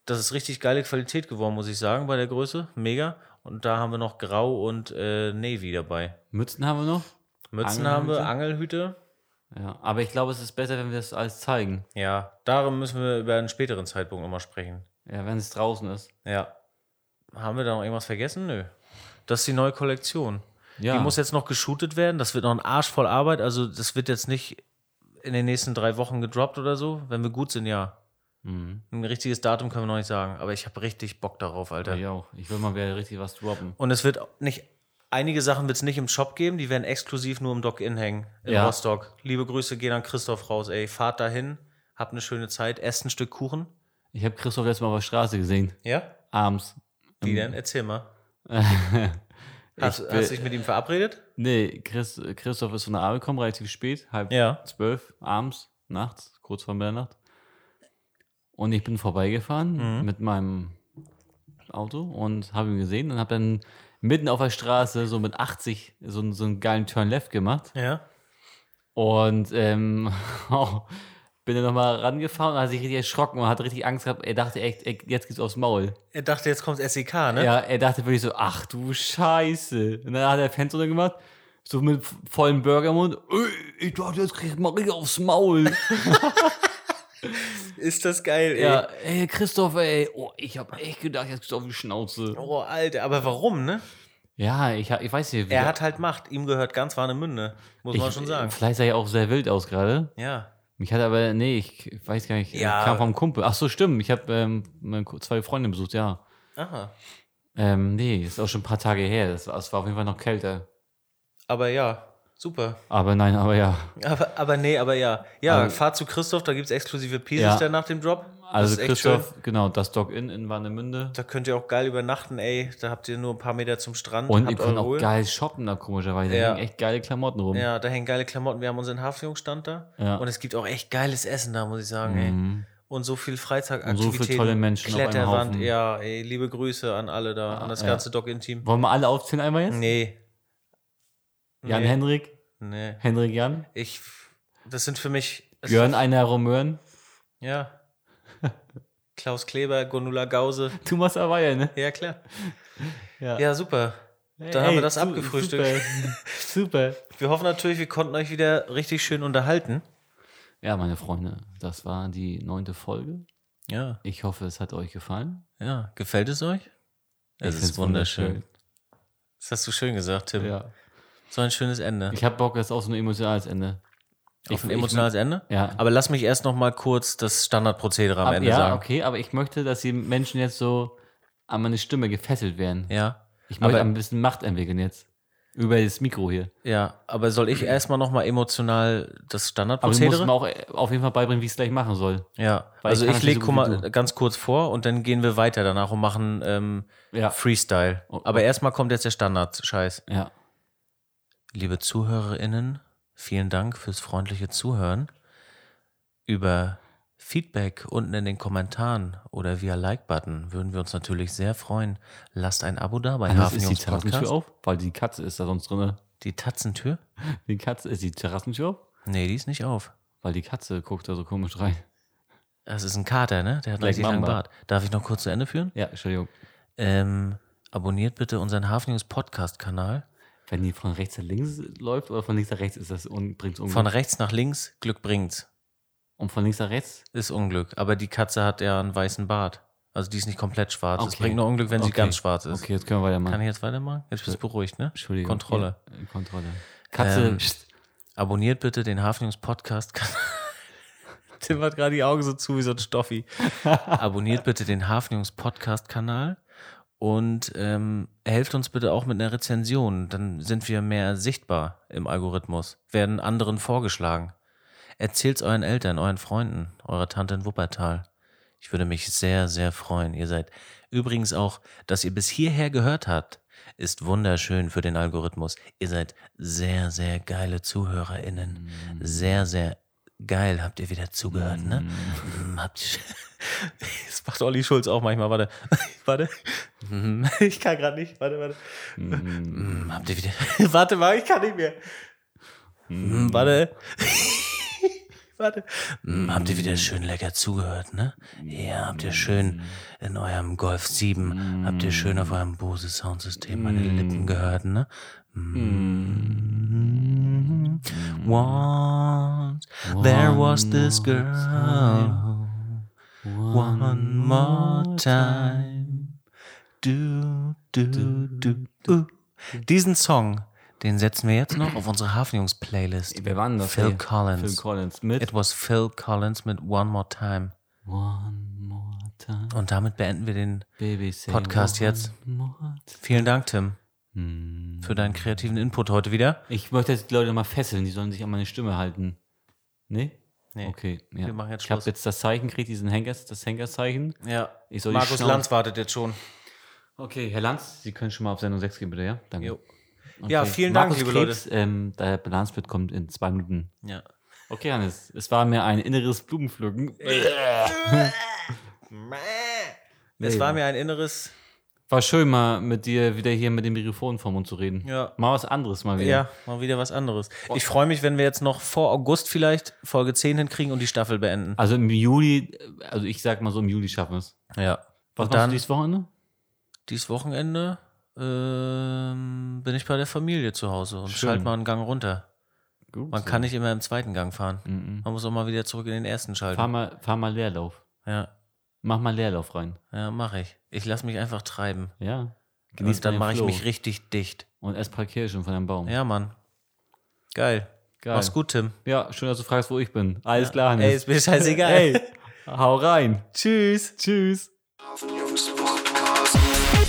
Speaker 2: Das ist richtig geile Qualität geworden, muss ich sagen, bei der Größe. Mega. Und da haben wir noch Grau und äh, Navy dabei.
Speaker 3: Mützen haben wir noch.
Speaker 2: Mützen haben wir, Angelhüte.
Speaker 3: Ja, aber ich glaube, es ist besser, wenn wir das alles zeigen.
Speaker 2: Ja, darum müssen wir über einen späteren Zeitpunkt nochmal sprechen.
Speaker 3: Ja, wenn es draußen ist.
Speaker 2: Ja. Haben wir da noch irgendwas vergessen? Nö. Das ist die neue Kollektion.
Speaker 3: Ja.
Speaker 2: Die muss jetzt noch geshootet werden. Das wird noch ein Arsch voll Arbeit. Also, das wird jetzt nicht in den nächsten drei Wochen gedroppt oder so, wenn wir gut sind, ja.
Speaker 3: Mhm.
Speaker 2: Ein richtiges Datum können wir noch nicht sagen, aber ich habe richtig Bock darauf, Alter.
Speaker 3: Ich auch. Ich will mal wieder richtig was droppen.
Speaker 2: Und es wird nicht, einige Sachen wird es nicht im Shop geben, die werden exklusiv nur im Dock-In hängen, in
Speaker 3: Ja.
Speaker 2: Rostock. Liebe Grüße gehen an Christoph raus, ey. Fahrt dahin, habt eine schöne Zeit, esst ein Stück Kuchen.
Speaker 3: Ich habe Christoph letztes Mal auf der Straße gesehen.
Speaker 2: Ja?
Speaker 3: <laughs> Abends.
Speaker 2: Wie
Speaker 3: Ähm,
Speaker 2: denn? Erzähl mal.
Speaker 3: Ich
Speaker 2: Hast,
Speaker 3: bin-
Speaker 2: hast du dich mit ihm verabredet?
Speaker 3: Nee, Chris, Christoph ist von der Arbeit gekommen, relativ spät, halb
Speaker 2: Ja.
Speaker 3: zwölf, abends, nachts, kurz vor Mitternacht. Und ich bin vorbeigefahren
Speaker 2: Mhm.
Speaker 3: mit meinem Auto und habe ihn gesehen und habe dann mitten auf der Straße so mit 80 so, einen- so einen geilen Turn Left gemacht.
Speaker 2: Ja.
Speaker 3: Und ähm, <laughs> bin dann nochmal rangefahren und hat sich richtig erschrocken und hat richtig Angst gehabt. Er dachte echt, ey, jetzt geht's aufs Maul.
Speaker 2: Er dachte, jetzt kommt SEK, ne?
Speaker 3: Ja, er dachte wirklich so, ach du Scheiße. Und dann hat er Fenster gemacht, so mit vollem Burgermund. "Ey, Ich dachte, jetzt kriegt Maria aufs Maul.
Speaker 2: Ist das geil, ey.
Speaker 3: ja, ey, Christoph, ey, oh, ich hab echt gedacht, jetzt kriegst du auf die Schnauze.
Speaker 2: Oh, Alter, aber warum, ne?
Speaker 3: Ja, ich, hab- ich weiß nicht. wie-
Speaker 2: Er hat halt Macht. Ihm gehört ganz Warnemünde, muss
Speaker 3: ich,
Speaker 2: man schon sagen.
Speaker 3: Vielleicht sah ich auch sehr wild aus gerade.
Speaker 2: Ja.
Speaker 3: Mich hat aber, nee, ich, ich weiß gar nicht, ich
Speaker 2: Ja.
Speaker 3: kam vom Kumpel. Ach so, stimmt, ich habe ähm, meine Ku- zwei Freunde besucht, ja.
Speaker 2: Aha.
Speaker 3: Ähm, nee, ist auch schon ein paar Tage her. Das war, es war auf jeden Fall noch kälter.
Speaker 2: Aber ja, super.
Speaker 3: Aber nein, aber ja.
Speaker 2: Aber, aber nee, aber ja. Ja,
Speaker 3: Aber-
Speaker 2: fahrt zu Christoph, da gibt es exklusive Pieces
Speaker 3: Also- Ja.
Speaker 2: dann nach dem Drop. Das
Speaker 3: Also
Speaker 2: ist echt
Speaker 3: Christoph,
Speaker 2: schön.
Speaker 3: genau, das Dog-In in Warnemünde.
Speaker 2: Da könnt ihr auch geil übernachten, ey. Da habt ihr nur ein paar Meter zum Strand.
Speaker 3: Und ihr
Speaker 2: habt
Speaker 3: könnt
Speaker 2: eure
Speaker 3: auch
Speaker 2: Ruhe.
Speaker 3: geil shoppen da komischerweise.
Speaker 2: Ja.
Speaker 3: Da hängen echt geile Klamotten rum.
Speaker 2: Ja, da hängen geile Klamotten. Wir haben unseren Hafenjungsstand da.
Speaker 3: Ja.
Speaker 2: Und es gibt auch echt geiles Essen da, muss ich sagen,
Speaker 3: Mhm.
Speaker 2: ey. Und so viel Freizeitaktivitäten.
Speaker 3: Und so viele tolle Menschen auf einem
Speaker 2: Kletterwand,
Speaker 3: Haufen. Ah,
Speaker 2: ja, ey. Liebe Grüße an alle da, an das
Speaker 3: ja.
Speaker 2: ganze Dog-In-Team.
Speaker 3: Wollen wir alle aufzählen einmal jetzt?
Speaker 2: Nee.
Speaker 3: Jan
Speaker 2: nee.
Speaker 3: Henrik,
Speaker 2: Nee.
Speaker 3: Henrik Jan,
Speaker 2: Ich. Das sind für mich. es-
Speaker 3: Björn einer Romören, <laughs>
Speaker 2: Ja. Klaus Kleber, Gonula Gause.
Speaker 3: Thomas Aweier, ne?
Speaker 2: Ja, klar.
Speaker 3: Ja.
Speaker 2: Ja, super. Da haben wir das abgefrühstückt. <laughs>
Speaker 3: Super. super.
Speaker 2: Wir hoffen natürlich, wir konnten euch wieder richtig schön unterhalten.
Speaker 3: Ja, meine Freunde, das war die neunte Folge.
Speaker 2: Ja,
Speaker 3: Ich hoffe, es hat euch gefallen.
Speaker 2: ja. Gefällt es euch? Es
Speaker 3: Ich
Speaker 2: ist
Speaker 3: find's
Speaker 2: wunderschön. Das hast du schön gesagt, Tim.
Speaker 3: Ja.
Speaker 2: So ein schönes Ende.
Speaker 3: Ich habe Bock, das ist auch so ein emotionales Ende.
Speaker 2: Auf ein emotionales Ende?
Speaker 3: Ja.
Speaker 2: Aber lass mich erst noch mal kurz das Standardprozedere am
Speaker 3: Ab,
Speaker 2: Ende
Speaker 3: ja,
Speaker 2: sagen.
Speaker 3: okay, aber ich möchte, dass die Menschen jetzt so an meine Stimme gefesselt werden.
Speaker 2: Ja.
Speaker 3: Ich möchte
Speaker 2: aber-
Speaker 3: ein bisschen Macht entwickeln jetzt. Über das Mikro hier.
Speaker 2: Ja, aber soll ich erstmal nochmal emotional das
Speaker 3: Aber du musst
Speaker 2: Standardprozedere?
Speaker 3: mir auch äh, auf jeden Fall beibringen, wie ich es gleich machen soll.
Speaker 2: ja,
Speaker 3: Weil
Speaker 2: also
Speaker 3: ich
Speaker 2: ich
Speaker 3: kann das nicht
Speaker 2: lege
Speaker 3: so
Speaker 2: guck
Speaker 3: gut wie
Speaker 2: mal
Speaker 3: du.
Speaker 2: ganz kurz vor und dann gehen wir weiter danach und machen ähm,
Speaker 3: Ja.
Speaker 2: Freestyle.
Speaker 3: Oh,
Speaker 2: Aber
Speaker 3: oh.
Speaker 2: erstmal kommt jetzt der Standard-Scheiß.
Speaker 3: Ja.
Speaker 2: Liebe ZuhörerInnen, vielen Dank fürs freundliche Zuhören. Über Feedback unten in den Kommentaren oder via Like-Button würden wir uns natürlich sehr freuen. Lasst ein Abo da bei
Speaker 3: Anders
Speaker 2: Hafen
Speaker 3: Ah, ist die
Speaker 2: Jungs
Speaker 3: Terrassentür
Speaker 2: Podcast.
Speaker 3: auf, weil die Katze ist da sonst drin.
Speaker 2: Die Tatzentür?
Speaker 3: Die Katze ist die Terrassentür auf,
Speaker 2: Nee, die ist nicht auf.
Speaker 3: weil die Katze guckt da so komisch rein.
Speaker 2: Das ist ein Kater, ne? Der hat
Speaker 3: Black
Speaker 2: richtig langen
Speaker 3: Mamba.
Speaker 2: Bart. Darf ich noch kurz zu Ende führen?
Speaker 3: Ja, Entschuldigung.
Speaker 2: Ähm, abonniert bitte unseren Hafen News Podcast Kanal.
Speaker 3: Wenn die von rechts nach links läuft oder von links nach rechts, ist das un bringt's Unglück.
Speaker 2: Von rechts nach links, Glück bringt's.
Speaker 3: Und von links nach rechts?
Speaker 2: Ist Unglück. Aber die Katze hat ja einen weißen Bart. Also die ist nicht komplett schwarz. Es
Speaker 3: Okay.
Speaker 2: bringt nur Unglück, wenn sie
Speaker 3: Okay.
Speaker 2: ganz schwarz ist.
Speaker 3: Okay, jetzt können wir weitermachen.
Speaker 2: Kann ich jetzt weitermachen? Jetzt bist du beruhigt, ne?
Speaker 3: Entschuldigung.
Speaker 2: Kontrolle.
Speaker 3: Ja, äh, Kontrolle. Katze.
Speaker 2: Ähm,
Speaker 3: pst.
Speaker 2: Abonniert bitte den Hafenjungs Podcast Kanal. <laughs> Tim hat gerade die Augen so zu wie so ein Stoffi. Abonniert bitte den Hafenjungs Podcast Kanal und ähm, helft uns bitte auch mit einer Rezension. Dann sind wir mehr sichtbar im Algorithmus, werden anderen vorgeschlagen. Erzählt's euren Eltern, euren Freunden, eurer Tante in Wuppertal. Ich würde mich sehr, sehr freuen. Ihr seid übrigens auch, dass ihr bis hierher gehört habt, ist wunderschön für den Algorithmus. Ihr seid sehr, sehr geile ZuhörerInnen. Sehr, sehr geil habt ihr wieder zugehört, ne? Mm, Habt ihr. <laughs> Das macht Olli Schulz auch manchmal. Warte, <laughs> warte. Mm, <laughs> Ich kann gerade nicht. Warte, warte.
Speaker 3: Mm.
Speaker 2: Mm, Habt ihr wieder. <laughs> Warte mal, ich kann nicht mehr. Mm, Warte. <laughs> Warte. Mm, Habt ihr wieder schön lecker zugehört, ne? Ja, habt ihr schön in eurem Golf 7, habt ihr schön auf eurem Bose Soundsystem meine Lippen gehört, ne? Mm. Once there was this girl. One more time. Du, du, du, uh. Diesen Song, Den setzen wir jetzt noch auf unsere Hafenjungs-Playlist.
Speaker 3: Wer war denn das?
Speaker 2: Phil
Speaker 3: hier?
Speaker 2: Collins.
Speaker 3: Phil Collins mit
Speaker 2: It was Phil Collins mit One More Time.
Speaker 3: One More Time.
Speaker 2: Und damit beenden wir den.
Speaker 3: Baby say
Speaker 2: Podcast
Speaker 3: one
Speaker 2: jetzt.
Speaker 3: more time.
Speaker 2: Vielen Dank, Tim,
Speaker 3: Hm.
Speaker 2: für deinen kreativen Input heute wieder.
Speaker 3: Ich möchte jetzt die Leute mal fesseln, die sollen sich an meine Stimme halten. Nee?
Speaker 2: Nee.
Speaker 3: Okay, ja.
Speaker 2: Wir machen jetzt
Speaker 3: ich habe
Speaker 2: Schluss.
Speaker 3: jetzt das Zeichen gekriegt, diesen Henkers, das Henkerszeichen.
Speaker 2: Ja.
Speaker 3: Ich soll die
Speaker 2: Markus
Speaker 3: Schnauze-
Speaker 2: Lanz wartet jetzt schon.
Speaker 3: Okay, Herr Lanz, Sie können schon mal auf Sendung 6 gehen, bitte, ja? Danke.
Speaker 2: Jo. Ja,
Speaker 3: Okay.
Speaker 2: vielen Dank,
Speaker 3: Markus
Speaker 2: liebe
Speaker 3: Krebs, Ähm, der Bilanzbit kommt in zwei Minuten.
Speaker 2: Ja.
Speaker 3: Okay, Hannes, es war mir ein inneres Blumenpflücken.
Speaker 2: Es
Speaker 3: Nee.
Speaker 2: war mir ein inneres.
Speaker 3: War schön, mal mit dir wieder hier mit dem Mikrofon vor Mund zu reden.
Speaker 2: Ja.
Speaker 3: Mal was anderes mal wieder.
Speaker 2: Ja, mal wieder was anderes. Ich freue mich, wenn wir jetzt noch vor August vielleicht Folge 10 hinkriegen und die Staffel beenden.
Speaker 3: Also im Juli, also ich sag mal so, im Juli schaffen wir es.
Speaker 2: Ja.
Speaker 3: Was
Speaker 2: und
Speaker 3: machst
Speaker 2: dann
Speaker 3: du dieses Wochenende?
Speaker 2: dieses Wochenende ähm, bin ich bei der Familie zu Hause und
Speaker 3: Schön.
Speaker 2: schalte mal einen Gang runter.
Speaker 3: Gut,
Speaker 2: Man
Speaker 3: so.
Speaker 2: kann nicht immer im zweiten Gang fahren.
Speaker 3: Mhm.
Speaker 2: Man muss auch mal wieder zurück in den ersten
Speaker 3: Fahr
Speaker 2: schalten.
Speaker 3: mal, fahr mal Leerlauf.
Speaker 2: Ja,
Speaker 3: Mach mal Leerlauf rein.
Speaker 2: ja mache ich. Ich lasse mich einfach treiben.
Speaker 3: Ja.
Speaker 2: und dann
Speaker 3: den
Speaker 2: mache ich
Speaker 3: Flow.
Speaker 2: mich richtig dicht.
Speaker 3: Und ess ein paar Kirschen von einem Baum.
Speaker 2: Ja, Mann. Geil.
Speaker 3: Geil.
Speaker 2: Mach's gut, Tim.
Speaker 3: Ja, schön, dass du fragst, wo ich bin. Alles klar, Hannes.
Speaker 2: Ey, ist mir
Speaker 3: <laughs>
Speaker 2: scheißegal.
Speaker 3: Ey, hau rein. Tschüss. Tschüss.
Speaker 5: Hafenjungs Podcast.